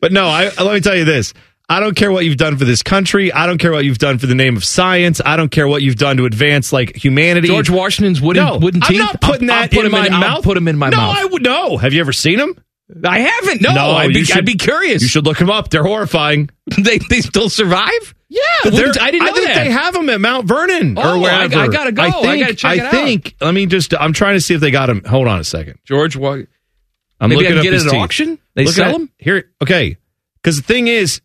S2: But no, I let me tell you this. I don't care what you've done for this country. I don't care what you've done for the name of science. I don't care what you've done to advance like humanity.
S3: George Washington's wooden
S2: no,
S3: wooden
S2: I'm
S3: teeth.
S2: not putting
S3: I'll- I'll
S2: that
S3: put
S2: in
S3: 'em
S2: my
S3: I'll
S2: mouth.
S3: put them in my
S2: no,
S3: mouth.
S2: I would no. Have you ever seen them?
S3: I haven't. No, I'd,
S2: you
S3: be,
S2: should-
S3: I'd be curious.
S2: You should look them up. They're horrifying.
S3: they they still survive? Yeah,
S2: They're-
S3: I didn't know
S2: think
S3: that.
S2: they have them at Mount Vernon
S3: Oh, I-
S2: or wherever.
S3: I gotta go. I
S2: think,
S3: gotta check it out.
S2: think. Let me just. I'm trying to see if they got them. Hold on a second.
S3: George Wa-
S2: I'm
S3: Maybe I
S2: looking
S3: can
S2: up
S3: get
S2: his
S3: it at
S2: teeth.
S3: auction? They
S2: Look
S3: sell
S2: at-
S3: 'em?
S2: here. Okay, because the thing is,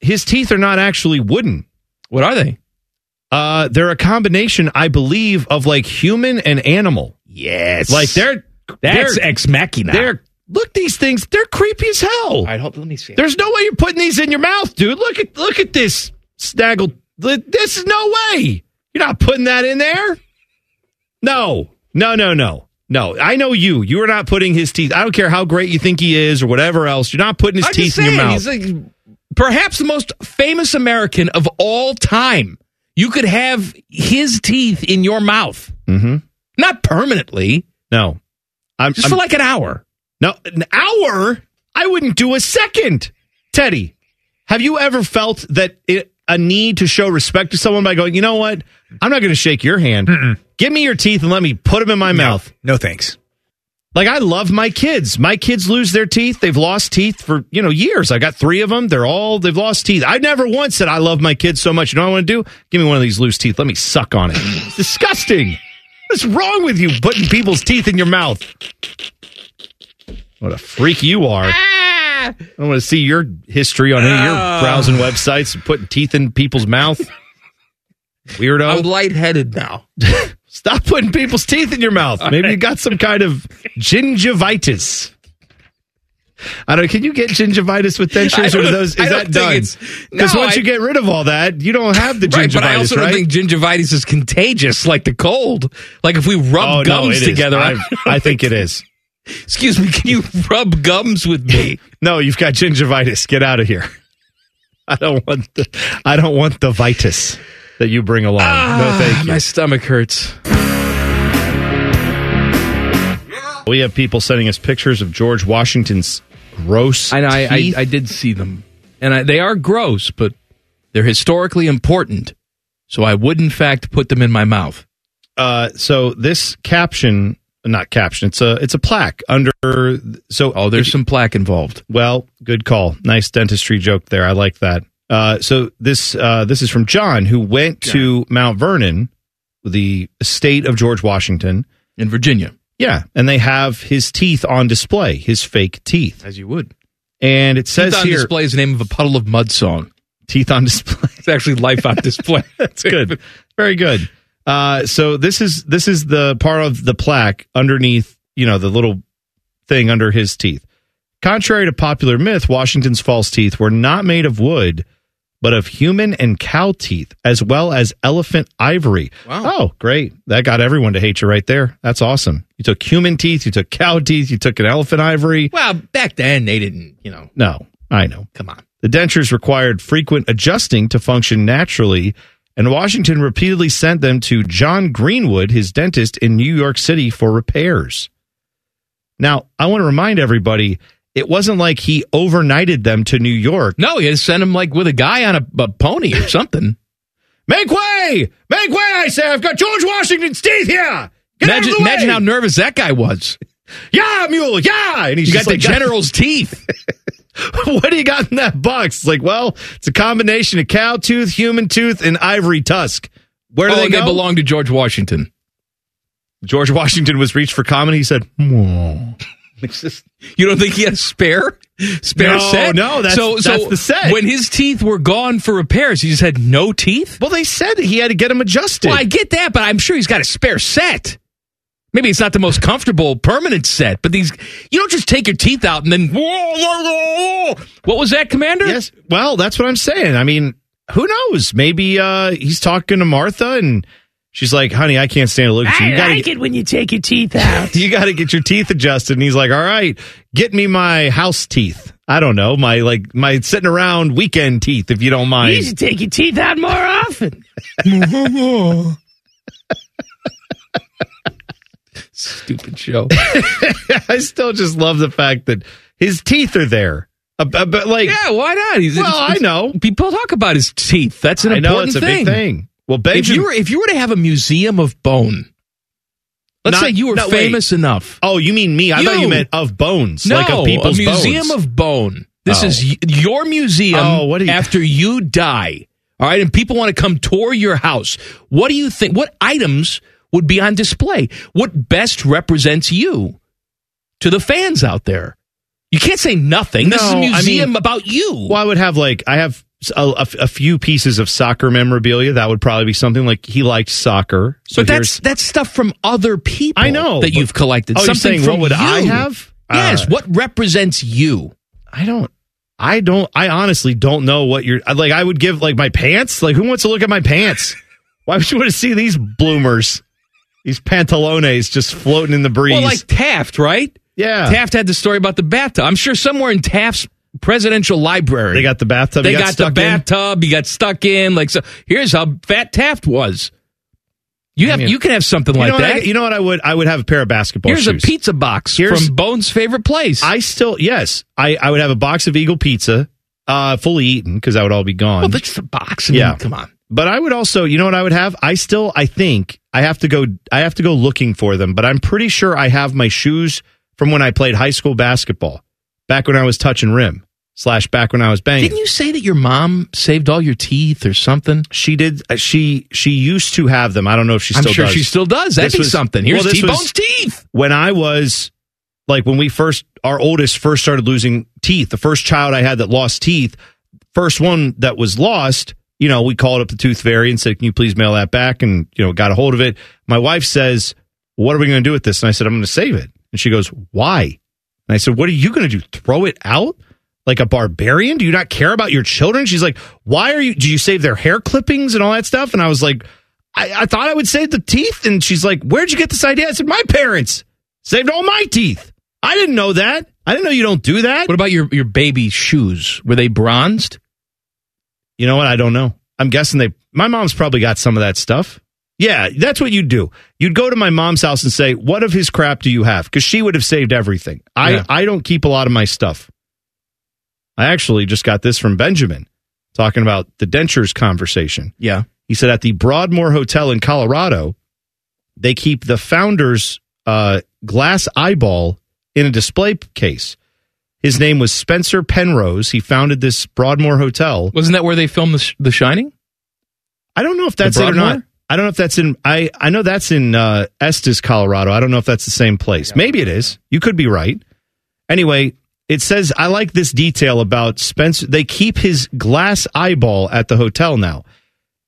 S2: his teeth are not actually wooden.
S3: What are they?
S2: Uh, they're a combination, I believe, of like human and animal.
S3: Yes.
S2: Like they're
S3: That's
S2: they're,
S3: ex machina.
S2: they're look these things. They're creepy as hell.
S3: I hope. Let me see.
S2: There's no way you're putting these in your mouth, dude. Look at look at this snaggle. This is no way. You're not putting that in there. No, no, no, no, no. I know you. You are not putting his teeth. I don't care how great you think he is or whatever else. You're not putting his
S3: I'm
S2: teeth
S3: just
S2: in
S3: saying,
S2: your mouth.
S3: he's like, perhaps the most famous American of all time. You could have his teeth in your mouth,
S2: mm-hmm.
S3: not permanently,
S2: No, I'm
S3: just
S2: I'm-
S3: for like an hour.
S2: no an hour. I wouldn't do a second. Teddy, have you ever felt that it, a need to show respect to someone by going, you know what? I'm not going to shake your hand. Give me your teeth and let me put them in my mouth.
S6: No thanks.
S2: Like I love my kids. My kids lose their teeth. They've lost teeth for, you know, years. I got 3 of them. They're all they've lost teeth. I never once said I love my kids so much. You know what I want to do? Give me one of these loose teeth. Let me suck on it. It's disgusting. What's wrong with you putting people's teeth in your mouth? What a freak you are. I
S3: Ah!
S2: don't want to see your history on any of your browsing websites and putting teeth in people's mouth. Weirdo.
S3: lightheaded now.
S2: Stop putting people's teeth in your mouth. Maybe you got some kind of gingivitis. I don't. Can you get gingivitis with dentures,
S3: I
S2: or
S3: don't-
S2: those? Is
S3: I don't
S2: that
S3: think
S2: done?
S3: it's-
S2: Because
S3: no,
S2: once
S3: I-
S2: you get rid of all that, you don't have the gingivitis,
S3: Right, but I also don't
S2: right?
S3: think gingivitis is contagious like the cold. Like if we rub
S2: Oh, no,
S3: gums
S2: it is.
S3: together,
S2: I- I think it is.
S3: Excuse me, can you rub gums with me?
S2: no, you've got gingivitis. Get out of here. I don't want the I don't want the vitis that you bring along. no, thank you. My
S3: Ah, stomach hurts.
S2: We have people sending us pictures of George Washington's gross.
S3: I know. I, I,
S2: teeth.
S3: I did see them, and I, they are gross, but they're historically important. So I would, in fact, put them in my mouth.
S2: Uh, so this caption, not caption, it's a it's a plaque under. So
S3: oh, there's some plaque involved.
S2: Well, good call. Nice dentistry joke there. I like that. Uh, so this uh, this is from John, who went to Mount Vernon, the estate of George Washington
S3: in Virginia.
S2: Yeah, and they have his teeth on display, his fake teeth,
S3: as you would.
S2: And it says
S3: Teeth on
S2: here,
S3: display is the name of a puddle of mud song.
S2: Teeth on display.
S3: It's actually life on display.
S2: That's good. Very good. Uh, so this is this is the part of the plaque underneath, you know, the little thing under his teeth. Contrary to popular myth, Washington's false teeth were not made of wood, but of human and cow teeth, as well as elephant ivory. Oh, great. That got everyone to hate you right there. That's awesome. You took human teeth, you took cow teeth, you took an elephant ivory.
S3: Well, back then they didn't, you know.
S2: No, I know.
S3: Come on.
S2: The dentures required frequent adjusting to function naturally, and Washington repeatedly sent them to John Greenwood, his dentist in New York City, for repairs. Now, I want to remind everybody it wasn't like he overnighted them to New York.
S3: No, he had sent them like with a guy on a, a pony or something.
S2: Make way! Make way, I say! I've got George Washington's teeth here! Get out of
S3: imagine,
S2: the way!
S3: imagine how nervous that guy was. "Ah,
S2: Yeah, mule, yeah! And he's
S3: You
S2: just
S3: got the
S2: like-
S3: general's teeth.
S2: what do you got in that box? It's like, well, it's a combination of cow tooth, human tooth, and ivory tusk. Where do
S3: Oh,
S2: they
S3: and they
S2: go?
S3: belong to George Washington.
S2: George Washington was reached for common. He said, "Mwah."
S3: You don't think he had a spare spare
S2: No,
S3: set?
S2: no, that's-
S3: so,
S2: that's
S3: so
S2: the set.
S3: When his teeth were gone for repairs, he just had no teeth.
S2: Well, they said he had to get them adjusted.
S3: Well, I get that, but I'm sure he's got a spare set. Maybe it's not the most comfortable permanent set, but these you don't just take your teeth out and then. What was that, Commander?
S2: Yes. Well, that's what I'm saying. I mean, who knows? Maybe uh, he's talking to Martha, and she's like, "Honey, I can't stand to look at you.
S10: I
S2: You gotta
S10: like
S2: get,
S10: it when you take your teeth out.
S2: you got to get your teeth adjusted." And he's like, "All right, get me my house teeth. I don't know, my like my sitting around weekend teeth, if you don't mind."
S10: You should take your teeth out more often.
S3: Stupid show.
S2: I still just love the fact that his teeth are there. Uh, but but, like,
S3: yeah, why not? He's,
S2: well,
S3: it's-
S2: I know
S3: people talk about his teeth. That's an
S2: I know
S3: important
S2: it's a
S3: thing.
S2: big thing. Well,
S3: if you
S2: Benjamin,
S3: were if you were to have a museum of bone, let's
S2: Not-
S3: say you were
S2: no, wait.
S3: famous enough.
S2: Oh, you mean me? I thought you meant of bones,
S3: no,
S2: like of people's
S3: a museum
S2: bones.
S3: of bone. This
S2: Oh.
S3: is y- your museum.
S2: Oh, what do you-
S3: after you die? All right, and people want to come tour your house. What do you think? What items would be on display? What best represents you to the fans out there? You can't say nothing. this is a
S2: No, I mean-
S3: museum about you.
S2: Well, I would have like I have a, a f- a few pieces of soccer memorabilia. That would probably be something like he liked soccer. So
S3: but that's
S2: here's-
S3: that's stuff from other people.
S2: I know,
S3: that
S2: but-
S3: you've collected.
S2: Oh, you're
S3: Something
S2: saying
S3: from
S2: what would I
S3: you.
S2: have?
S3: Yes.
S2: Uh,
S3: what represents you?
S2: I don't. I don't. I honestly don't know what you're I- like. I would give like my pants. Like who wants to look at my pants? Why would you want to see these bloomers? These pantalones just floating in the breeze.
S3: Well, like Taft, right?
S2: Yeah.
S3: Taft had the story about the bathtub. I'm sure somewhere in Taft's presidential library,
S2: they got the bathtub.
S3: they
S2: he
S3: got, the
S2: stuck in?
S3: bathtub. He got stuck in. Like, so here's how fat Taft was. You have
S2: mean-
S3: you can have something
S2: You
S3: like
S2: know what I-
S3: that.
S2: you know what I would? I would have a pair of basketball
S3: here's
S2: shoes.
S3: a pizza box
S2: Here's-
S3: from Bones' favorite place.
S2: I still yes, I I would have a box of Eagle pizza, uh, fully eaten because that would all be gone.
S3: well, that's just a box. I mean,
S2: Yeah.
S3: come on.
S2: but I would also, you know what I would have? I still, I think I have to go. I have to go looking for them. But I'm pretty sure I have my shoes from when I played high school basketball, back when I was touching rim slash back when I was banging.
S3: Didn't you say that your mom saved all your teeth or something?
S2: She did. uh, She she used to have them. I don't know if she
S3: I'm
S2: still
S3: sure
S2: does.
S3: she still does. That'd
S2: This
S3: be
S2: was-
S3: something.
S2: well,
S3: Here's
S2: this
S3: T-Bone's
S2: was-
S3: teeth.
S2: when I was like when we first our oldest first started losing teeth, the first child I had that lost teeth, first one that was lost, you know, we called up the Tooth Fairy and said, "Can you please mail that back?" And you know, got a hold of it. My wife says, "What are we going to do with this?" And I said, "I'm going to save it." And she goes, "Why?" And I said, "What are you going to do? Throw it out?" Like a barbarian? Do you not care about your children? She's like, why are you? Do you save their hair clippings and all that stuff? And I was like, I, I thought I would save the teeth. And she's like, Where'd you get this idea? I said, My parents saved all my teeth. I didn't know that. I didn't know you don't do that.
S3: What about your, your baby shoes? Were they bronzed?
S2: You know what? I don't know. I'm guessing they, my mom's probably got some of that stuff. Yeah, that's what you'd do. You'd go to my mom's house and say, What of his crap do you have? Because she would have saved everything. I,
S3: Yeah.
S2: I don't keep a lot of my stuff. I actually just got this from Benjamin talking about the dentures conversation.
S3: Yeah.
S2: He said at the Broadmoor Hotel in Colorado, they keep the founder's uh, glass eyeball in a display case. His name was Spencer Penrose. He founded this Broadmoor Hotel.
S3: Wasn't that where they filmed The, Sh- the Shining?
S2: I don't know if that's it or not. I don't know if that's in. I I know that's in uh, Estes, Colorado. I don't know if that's the same place. Maybe it is. You could be right. Anyway, it says I like this detail about Spencer. They keep his glass eyeball at the hotel now.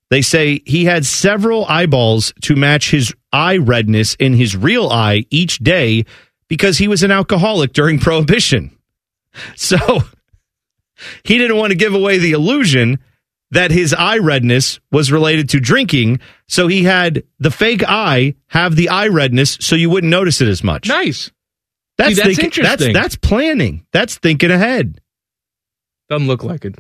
S2: They say he had several eyeballs to match his eye redness in his real eye each day because he was an alcoholic during Prohibition. So he didn't want to give away the illusion that his eye redness was related to drinking, so he had the fake eye have the eye redness so you wouldn't notice it as much.
S3: Nice.
S2: That's,
S3: See, that's
S2: thinking,
S3: interesting.
S2: That's, that's planning. That's thinking ahead.
S3: Doesn't look like it.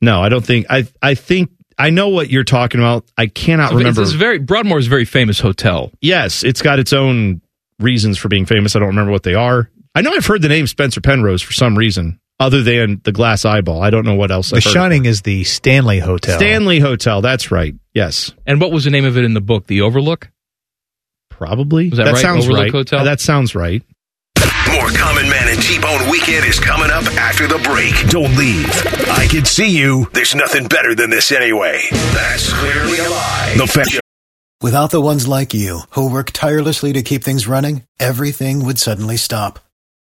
S2: No, I don't think. I I think I know what you're talking about. I cannot
S3: It's a-
S2: remember.
S3: It's, a very Broadmoor is a very famous hotel.
S2: yes, it's got its own reasons for being famous. I don't remember what they are. I know I've heard the name Spencer Penrose for some reason, other than the glass eyeball. I don't know what else.
S6: The
S2: I've heard of.
S6: Shining is the Stanley Hotel.
S2: Stanley Hotel. That's right. Yes.
S3: And what was the name of it in the book? The Overlook.
S2: Probably.
S3: Was that, right?
S2: sounds
S3: Overlook
S2: right.
S3: Hotel.
S2: That sounds right.
S1: More Common Man and T-Bone Weekend is coming up after the break. Don't leave. I can see you. There's nothing better than this anyway. That's clearly a lie. The fact.
S8: Without the ones like you, who work tirelessly to keep things running, everything would suddenly stop.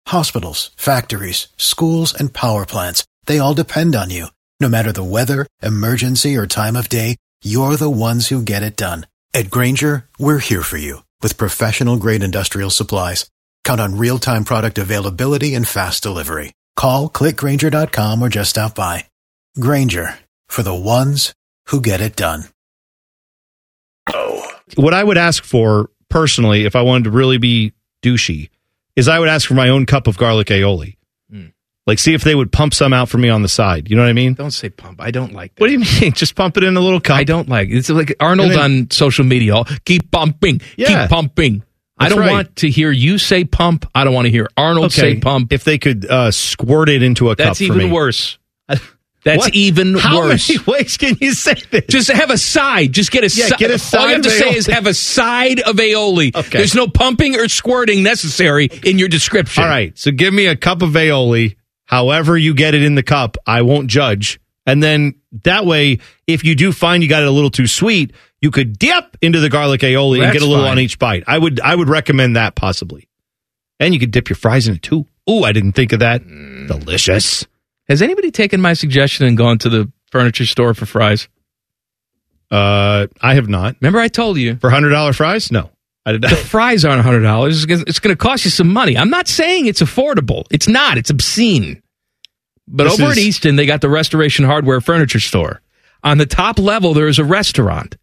S8: Hospitals, factories, schools, and power plants, they all depend on you. No matter the weather, emergency, or time of day, you're the ones who get it done. At Granger, we're here for you with professional grade industrial supplies. Count on real time product availability and fast delivery. Call clickgranger.com or just stop by. Granger for the ones who get it done.
S2: what I would ask for personally, if I wanted to really be douchey, is I would ask for my own cup of garlic aioli.
S3: Hmm.
S2: Like, see if they would pump some out for me on the side. You know what I mean?
S3: Don't say pump. I don't like. That.
S2: What do you mean? Just pump it in a little cup. I
S3: don't like. It's like Arnold on social media. all, Keep pumping.
S2: Yeah.
S3: Keep pumping. I
S2: That's
S3: don't
S2: right.
S3: want to hear you say pump. I don't want to hear Arnold say pump.
S2: If they could uh, squirt it into a cup
S3: That's
S2: for
S3: even
S2: me.
S3: worse. That's
S2: What?
S3: even
S2: How
S3: worse.
S2: many ways can you say this?
S3: Just have a side. Just get a
S2: Yeah,
S3: side.
S2: get a
S3: All
S2: side
S3: you have to
S2: of
S3: say
S2: aioli.
S3: is have a side of aioli.
S2: Okay.
S3: There's no pumping or squirting necessary in your description.
S2: All right. So give me a cup of aioli. However you get it in the cup, I won't judge. And then that way, if you do find you got it a little too sweet, you could dip into the garlic aioli and
S3: That's
S2: get a little
S3: fine.
S2: on each bite. I would I would recommend that possibly. And you could dip your fries in it too. Ooh, I didn't think of that. Delicious.
S3: Has anybody taken my suggestion and gone to the furniture store for fries?
S2: Uh, I have not.
S3: Remember, I told you
S2: for hundred dollar fries. No, I did not.
S3: The fries aren't hundred dollars. It's going to cost you some money. I'm not saying it's affordable. It's not. It's obscene. But
S2: This
S3: over at
S2: is-
S3: Easton, they got the Restoration Hardware Furniture Store. On the top level, there is a restaurant.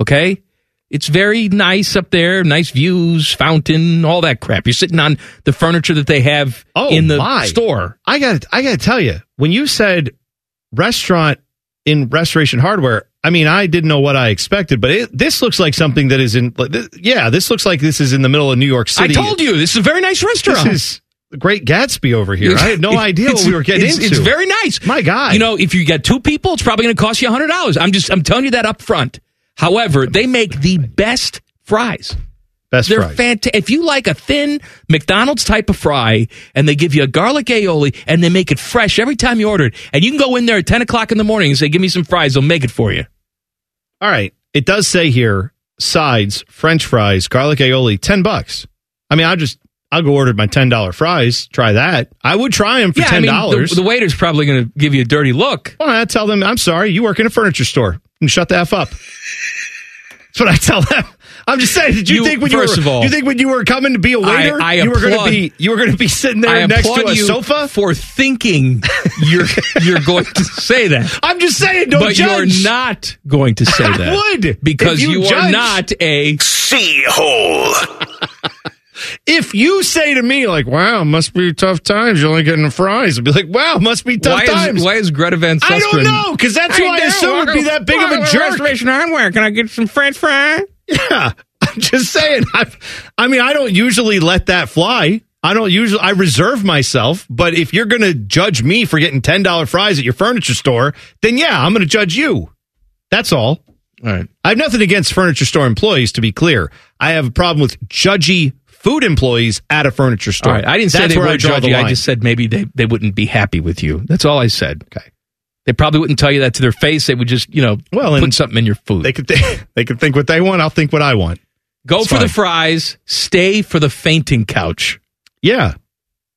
S3: Okay? It's very nice up there, nice views, fountain, all that crap. You're sitting on the furniture that they have
S2: Oh,
S3: in the
S2: my.
S3: store.
S2: I got I got to tell you, when you said restaurant in Restoration Hardware, I mean, I didn't know what I expected, but it, this looks like something that is in. like, this- yeah, this looks like this is in the middle of New York
S3: I
S2: City.
S3: told you, this is a very nice restaurant.
S2: This is the Great Gatsby over here. I had no idea what
S3: It's-
S2: we were getting
S3: it's,
S2: into.
S3: It's very nice.
S2: My God.
S3: You know, if you get two people, it's probably going to cost you hundred dollars. I'm just I'm telling you that up front. However, they make the best fries.
S2: Best
S3: They're
S2: fries.
S3: fantastic. If you like a thin McDonald's type of fry, and they give you a garlic aioli, and they make it fresh every time you order it, and you can go in there at ten o'clock in the morning and say, "Give me some fries," they'll make it for you.
S2: All right, it does say here sides, French fries, garlic aioli, ten bucks. I mean, I just I'll go order my ten dollar fries. Try that. I would try them for
S3: yeah, I
S2: ten
S3: mean,
S2: dollars.
S3: the, the waiter's probably going to give you a dirty look.
S2: Well, I tell them I'm sorry. You work in a furniture store. and shut the f up. That's what I tell them. I'm just saying. Did you,
S3: You-
S2: think when you
S3: first
S2: were
S3: of all-
S2: you think when you were coming to be a waiter,
S3: I, I
S2: you were going to
S3: applaud-
S2: be you were going to be sitting there
S3: I
S2: next to
S3: applaud
S2: a
S3: you
S2: sofa?
S3: for thinking you're you're going to say that.
S2: I'm just saying, don't
S3: but
S2: judge.
S3: you're not going to say
S2: I
S3: that.
S2: would,
S3: because
S2: if
S3: you,
S2: you
S3: are
S2: judge.
S3: not a sea hole.
S2: If you say to me like, "Wow, must be tough times. You're only getting fries," I'd be like, "Wow, must be tough
S3: Why
S2: times."
S3: is why is Greta Van Susteren?
S2: I don't know because that's who I, assume would be that big of a jerk.
S12: Reservation hardware. Can I get some French fry?
S2: Yeah, I'm just saying. I, I mean, I don't usually let that fly. I don't usually. I reserve myself. But if you're going to judge me for getting ten dollar fries at your furniture store, then yeah, I'm going to judge you. That's all.
S3: All right.
S2: I have nothing against furniture store employees. To be clear, I have a problem with judgy food employees at a furniture store.
S3: All right, I didn't say
S2: That's
S3: they
S2: where I
S3: were
S2: draw the
S3: judgy. I
S2: line.
S3: just said maybe they, they wouldn't be happy with you. That's all I said. Okay. They probably wouldn't tell you that to their face. They would just, you know, well, put something in your food. They
S2: could they could think what they want. I'll think what I want.
S3: Go
S2: It's
S3: for the
S2: fine.
S3: fries. Stay for the fainting couch.
S2: Yeah.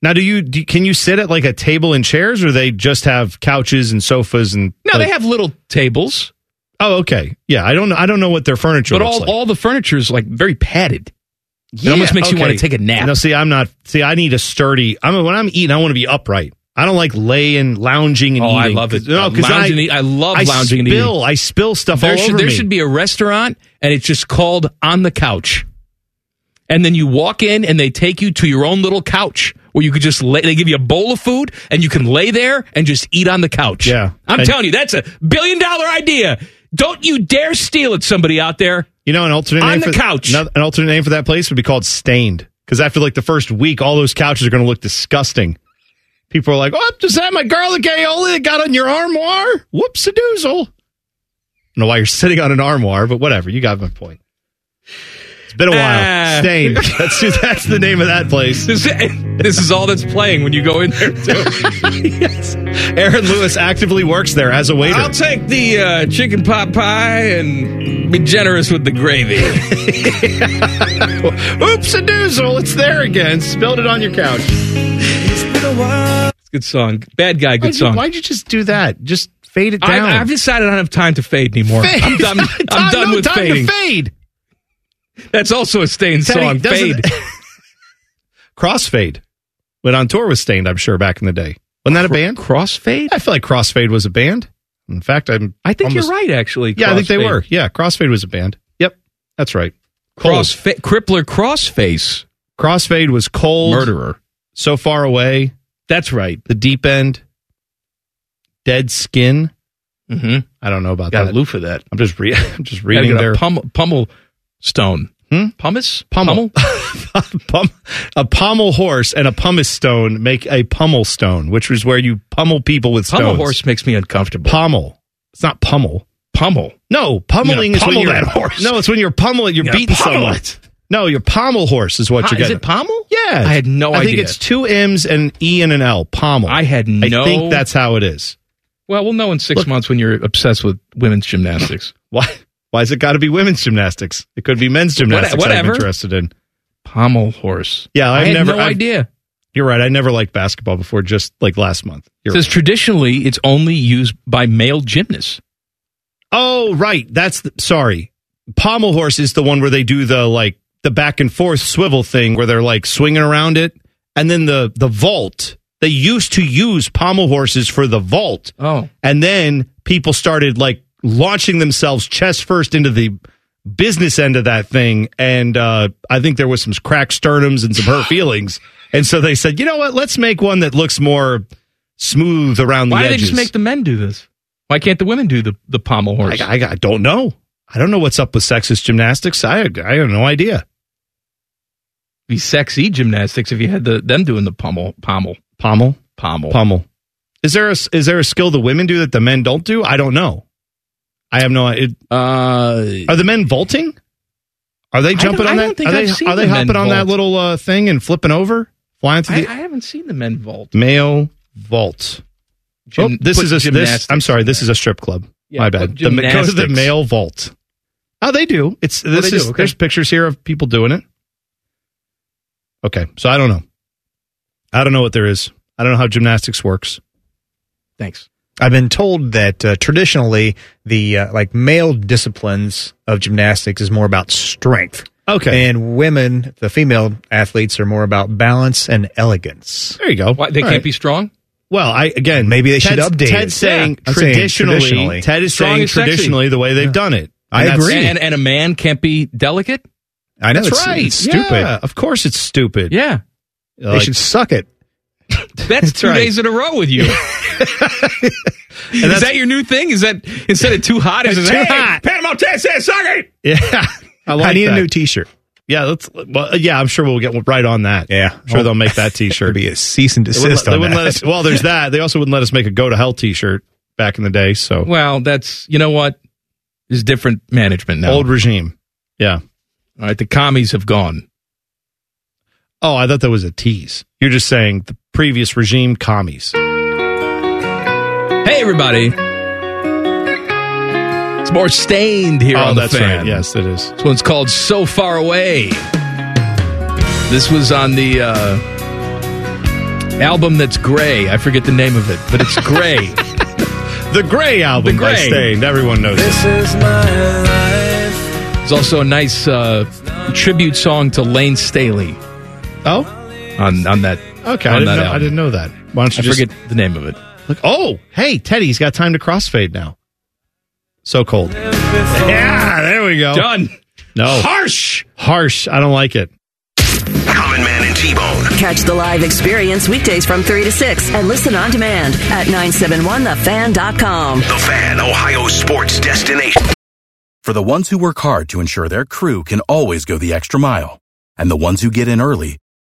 S2: Now, do you do, can you sit at like a table and chairs, or they just have couches and sofas and?
S3: No, they have little tables.
S2: Oh, okay. Yeah, I don't know. I don't know what their furniture.
S3: But
S2: looks
S3: all
S2: like.
S3: all the furniture is like very padded.
S2: Yeah,
S3: it almost makes you want to
S2: okay.
S3: take a nap.
S2: No, see, I'm not. See, I need a sturdy. I'm when I'm eating, I want to be upright. I don't like laying, lounging, and
S3: Oh,
S2: eating.
S3: I love it.
S2: No, because
S3: Lounging and
S2: I,
S3: eat- I love
S2: I
S3: lounging and
S2: spill,
S3: eating.
S2: I spill stuff
S3: there
S2: all
S3: should,
S2: over
S3: there
S2: me.
S3: should be a restaurant, and it's just called on the couch. And then you walk in, and they take you to your own little couch where you could just lay. They give you a bowl of food, and you can lay there and just eat on the couch. Yeah, I'm
S2: And-
S3: telling you, that's a billion dollar idea. Don't you dare steal it, somebody out there.
S2: You know, an alternate
S3: on
S2: name
S3: the
S2: for,
S3: couch.
S2: An alternate name for that place would be called Stained. Because after like the first week, all those couches are going to look disgusting. People are like, "Oh, does that my garlic aioli that got on your armoire? Whoops, a doozle." Don't know why you're sitting on an armoire, but whatever. You got my point. It's been a while.
S3: Ah.
S2: Stained. That's that's the name of that place.
S3: This, this is all that's playing when you go in there. Too.
S2: yes. Aaron Lewis actively works there as a waiter.
S3: I'll take the uh, chicken pot pie and be generous with the gravy.
S2: Oops, a doozle. It's there again. Spilled it on your couch.
S3: Good song. Bad guy, good
S2: Why'd you-
S3: song.
S2: why'd you just do that? Just fade it down.
S3: I, I've decided I don't have time to fade anymore.
S2: Fade.
S3: I'm done, I'm
S2: Time-
S3: done
S2: no
S3: with
S2: time to
S3: fading.
S2: fade.
S3: That's also a stained
S2: Teddy,
S3: song. Fade.
S2: doesn't- Crossfade went on tour with Stained, I'm sure, back in the day. Wasn't that a band?
S3: Crossfade?
S2: I feel like Crossfade was a band. In fact, I'm.
S3: I think you're right, actually,
S2: Yeah, I think they
S3: Crossfade.
S2: were. Yeah, Crossfade was a band. Yep, that's right.
S3: Crossfa- Crippler Crossface.
S2: Crossfade was cold.
S3: Murderer.
S2: So far away.
S3: That's right.
S2: The deep end. Dead skin.
S3: Mm-hmm.
S2: I don't know about
S3: Got a
S2: that.
S3: loop for that.
S2: I'm just re- I'm just
S3: Gotta
S2: reading
S3: get a
S2: their
S3: pum- pummel stone.
S2: Hmm?
S3: Pumice?
S2: Pummel. Pum- a pommel horse and a pumice stone make a pummel stone, which is where you pummel people with stones.
S3: Pummel horse makes me uncomfortable.
S2: Pummel. It's not pummel.
S3: Pummel.
S2: No, pummeling
S3: You're
S2: is
S3: gonna
S2: when
S3: pummel
S2: you're
S3: that horse.
S2: No, it's when you're pummeling. You're
S3: You're gonna
S2: beating
S3: pummel
S2: someone.
S3: it.
S2: No, your pommel horse is what
S3: Huh,
S2: you're
S3: is
S2: getting.
S3: it pommel?
S2: Yeah,
S3: I had no
S2: I
S3: idea.
S2: think it's two M's and E and an L. Pommel. I
S3: had
S2: I
S3: no-
S2: think that's how it is.
S3: Well, we'll know in six months when you're obsessed with women's gymnastics.
S2: Why? Why has it got to be women's gymnastics? It could be men's gymnastics.
S3: whatever.
S2: I'm interested in.
S3: Pommel horse.
S2: Yeah,
S3: I
S2: I've
S3: had
S2: never.
S3: no
S2: I've-
S3: idea.
S2: You're right. I never liked basketball before, just like last month. You're
S3: Says traditionally it's only used by male gymnasts.
S2: Oh, right. That's the, sorry. Pommel horse is the one where they do the like the back and forth swivel thing where they're like swinging around it, and then the the vault. They used to use pommel horses for the vault.
S3: Oh,
S2: and then people started like launching themselves chest first into the business end of that thing, and uh, I think there was some cracked sternums and some hurt feelings, and so they said, you know what? Let's make one that looks more smooth around
S3: Why
S2: the
S3: do they
S2: edges.
S3: just make the men do this? Why can't the women do the, the pommel horse?
S2: I, I, I don't know. I don't know what's up with sexist gymnastics. I I have no idea.
S3: be sexy gymnastics if you had the them doing the pommel pommel
S2: pommel
S3: pommel
S2: Pummel. Is there a is there a skill the women do that the men don't do? I don't know. I have no idea. Are the men vaulting? Are they
S3: don't-
S2: jumping
S3: Uh, I
S2: on that?
S3: don't think
S2: are they,
S3: I've seen
S2: are they
S3: the men
S2: hopping on that
S3: vault.
S2: little uh, thing and flipping over, flying through
S3: I,
S2: the
S3: I haven't seen the men vault.
S2: male vault?
S3: Gym-
S2: oh, this
S3: put
S2: is a this.
S3: gymnastics
S2: I'm sorry. This is a strip club.
S3: Yeah,
S2: My
S3: put
S2: bad. The, go to the
S3: gymnastics.
S2: male vault. Oh, they do. It's
S3: Oh,
S2: this
S3: they do,
S2: is
S3: okay.
S2: there's pictures here of people doing it. Okay, so I don't know. I don't know what there is. I don't know how gymnastics works.
S3: Thanks.
S6: I've been told that uh, traditionally the uh, like male disciplines of gymnastics is more about strength.
S2: Okay.
S6: And women, the female athletes are more about balance and elegance.
S2: There you go.
S3: Why, they
S6: All
S3: can't
S6: right.
S3: be strong.
S2: Well, I again,
S6: Maybe they should
S2: Ted's-
S6: update
S2: Ted's
S6: it.
S2: saying
S6: Yeah. I'm saying
S2: traditionally,
S6: traditionally.
S2: Ted is
S3: Strong
S2: saying
S3: and sexy.
S2: traditionally the way they've done it. And that's-
S3: And, and a man can't be delicate.
S6: I know,
S2: That's
S6: it's-
S2: right.
S6: it's stupid.
S2: Yeah, of course, it's stupid.
S3: Yeah,
S6: they should suck it.
S3: That's two
S2: right.
S3: days in a row with you. is that your new thing? Is that instead of too hot, is it
S2: Too
S3: hey,
S2: hot.
S3: Panama Ted says suck it.
S2: Yeah, I, like
S6: need a
S2: that.
S6: new T-shirt.
S2: Yeah, let's. Well, yeah, I'm sure we'll get right on that.
S6: Yeah,
S2: I'm sure they'll make that T-shirt.
S6: be a cease and
S2: They wouldn't
S6: desist
S2: let- they
S6: on
S2: wouldn't
S6: that.
S2: let us. Well, there's that. They also wouldn't let us make a go to hell T-shirt back in the day. So
S3: Well, that's you know what? There's different management now.
S2: old regime. Yeah.
S3: All right, the commies have gone.
S2: Oh, I thought that was a tease. You're just saying the previous regime commies.
S3: Hey everybody. It's more stained here
S2: oh,
S3: on the
S2: that's
S3: fan.
S2: right. Yes, it is.
S3: This one's called So Far Away. This was on the uh, album that's gray. I forget the name of it, but it's gray.
S2: The Gray album
S3: The
S2: by
S3: Gray.
S2: Stained. Everyone knows it.
S14: is my life.
S3: There's also a nice uh, tribute song to Lane Staley
S2: Oh,
S3: on, on that.
S2: okay.
S3: on that
S2: I didn't, know,
S3: album.
S2: I didn't know that. Why don't you
S3: I
S2: just
S3: forget the name of it.
S2: Look, oh, hey, Teddy's got time to crossfade now. So cold. Yeah, there we go.
S3: Done.
S2: No.
S3: Harsh.
S2: Harsh. I don't like it.
S1: Common Man and T-Bone.
S16: Catch the live experience weekdays from 3 to 6 and listen on demand at 971thefan.com.
S1: The Fan, Ohio sports destination.
S13: For the ones who work hard to ensure their crew can always go the extra mile, and the ones who get in early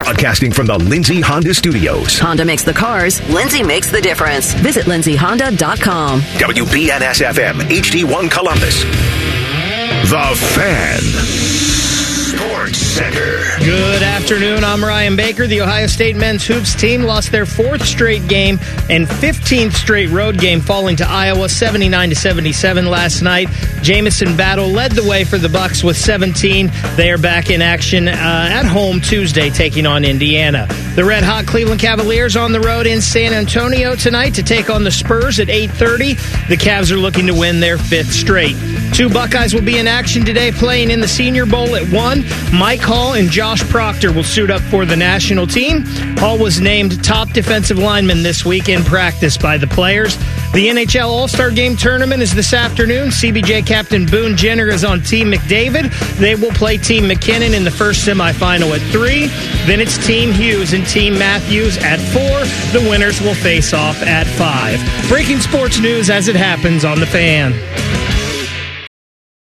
S1: Broadcasting from the Lindsay Honda Studios.
S16: Honda makes the cars, Lindsay makes the difference. Visit lindsayhonda.com.
S1: WBNSFM, HD1 Columbus. The Fan. Sports Center.
S4: Good afternoon. I'm Ryan Baker. The Ohio State men's hoops team lost their fourth straight game and 15th straight road game, falling to Iowa 79 to 77 last night. Jamison Battle led the way for the Bucks with 17. They are back in action uh, at home Tuesday, taking on Indiana. The Red Hot Cleveland Cavaliers on the road in San Antonio tonight to take on the Spurs at 8:30. The Cavs are looking to win their fifth straight. Two Buckeyes will be in action today playing in the Senior Bowl at 1. Mike Hall and Josh Proctor will suit up for the national team. Hall was named top defensive lineman this week in practice by the players. The NHL All Star Game tournament is this afternoon. CBJ captain Boone Jenner is on Team McDavid. They will play Team McKinnon in the first semifinal at 3. Then it's Team Hughes and Team Matthews at 4. The winners will face off at 5. Breaking sports news as it happens on the fan.